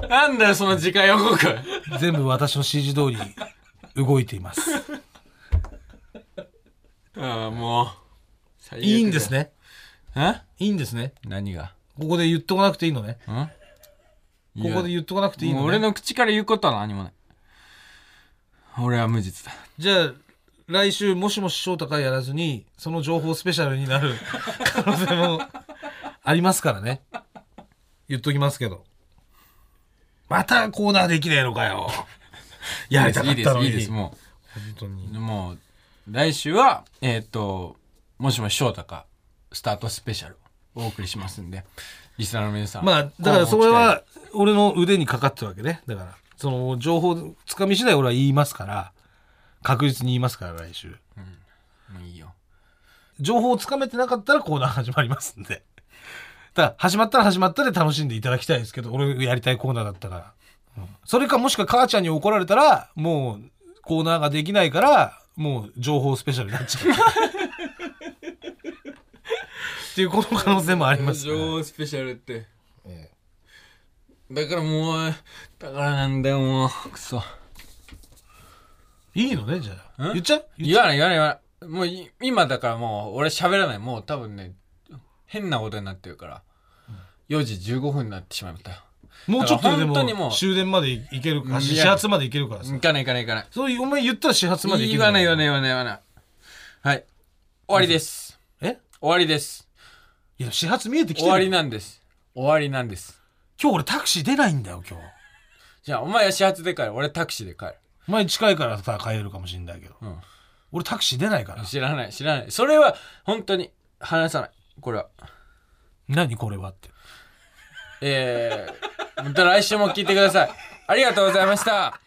[SPEAKER 3] なんだよ、その次回予告。
[SPEAKER 2] 全部私の指示通り動いています。
[SPEAKER 3] ああ、もう。最悪だよ
[SPEAKER 2] いいんです。ね。
[SPEAKER 3] え
[SPEAKER 2] いいんですね。
[SPEAKER 3] 何が
[SPEAKER 2] ここで言っとかなくていいのね。
[SPEAKER 3] ん
[SPEAKER 2] ここで
[SPEAKER 3] い
[SPEAKER 2] 言っとかなくていい
[SPEAKER 3] や
[SPEAKER 2] の
[SPEAKER 3] も
[SPEAKER 2] ね。
[SPEAKER 3] う俺の口から言うことは何もない。俺は無実だ。
[SPEAKER 2] じゃあ、来週、もしもし翔太かやらずに、その情報スペシャルに なる可能性もありますからね。言っときますけど。またコーナーできねえのかよ。やりたか
[SPEAKER 3] い
[SPEAKER 2] っ
[SPEAKER 3] いで
[SPEAKER 2] た
[SPEAKER 3] す
[SPEAKER 2] の、に。
[SPEAKER 3] いいです、も
[SPEAKER 2] 本当に。
[SPEAKER 3] う。もう、来週は、えっ、と、もしもし翔太か、スタートスペシャルをお送りしますんで、リスナーの皆さん。
[SPEAKER 2] まあ、だからそれは、俺の腕にかかってるわけね。だから、その情報つかみ次第俺は言いますから、確実に言いますから、来週。
[SPEAKER 3] もういいよ。
[SPEAKER 2] 情報をつかめてなかったらコーナー始まりますんで。だから始まったら始まったで楽しんでいただきたいですけど俺やりたいコーナーだったから、うんそれかもしくは母ちゃんに怒られたらもうコーナーができないからもう情報スペシャルになっちゃうっていうこの可能性もありますから
[SPEAKER 3] 情報スペシャルって
[SPEAKER 2] え
[SPEAKER 3] だからもうだからなんだよもうくそ
[SPEAKER 2] えいいのねじゃあ
[SPEAKER 3] ん
[SPEAKER 2] 言っちゃう言っち
[SPEAKER 3] 言わない言わない言わないもうい今だからもう俺喋らないもう多分ね変なことになってるから4時15分になってしまいましたよ
[SPEAKER 2] ゃうもうちょっとで
[SPEAKER 3] 本当にも
[SPEAKER 2] も
[SPEAKER 3] う
[SPEAKER 2] 終電までいける
[SPEAKER 3] う
[SPEAKER 2] か
[SPEAKER 3] ん
[SPEAKER 2] 始
[SPEAKER 3] いや
[SPEAKER 2] 発までいけるからさ
[SPEAKER 3] 行かない行かない行かない
[SPEAKER 2] そういうお前言ったら始発までいける
[SPEAKER 3] 言わない言わない言わない言わないはい終わりです
[SPEAKER 2] え
[SPEAKER 3] 終わりです
[SPEAKER 2] いや始発見えてきて
[SPEAKER 3] 終わ
[SPEAKER 2] る
[SPEAKER 3] り
[SPEAKER 2] よ
[SPEAKER 3] なんです終わりなんです
[SPEAKER 2] 今日俺タクシー出ないんだよ今日
[SPEAKER 3] じゃあお前は始発で帰る俺タクシーで帰る
[SPEAKER 2] お前近いからさ帰れるかもしれないけど、
[SPEAKER 3] うん
[SPEAKER 2] 俺タクシー出ないから
[SPEAKER 3] 知らない知らないそれは本当に話さないこれは
[SPEAKER 2] 何これはって
[SPEAKER 3] えー、また来週も聞いてくださいありがとうございました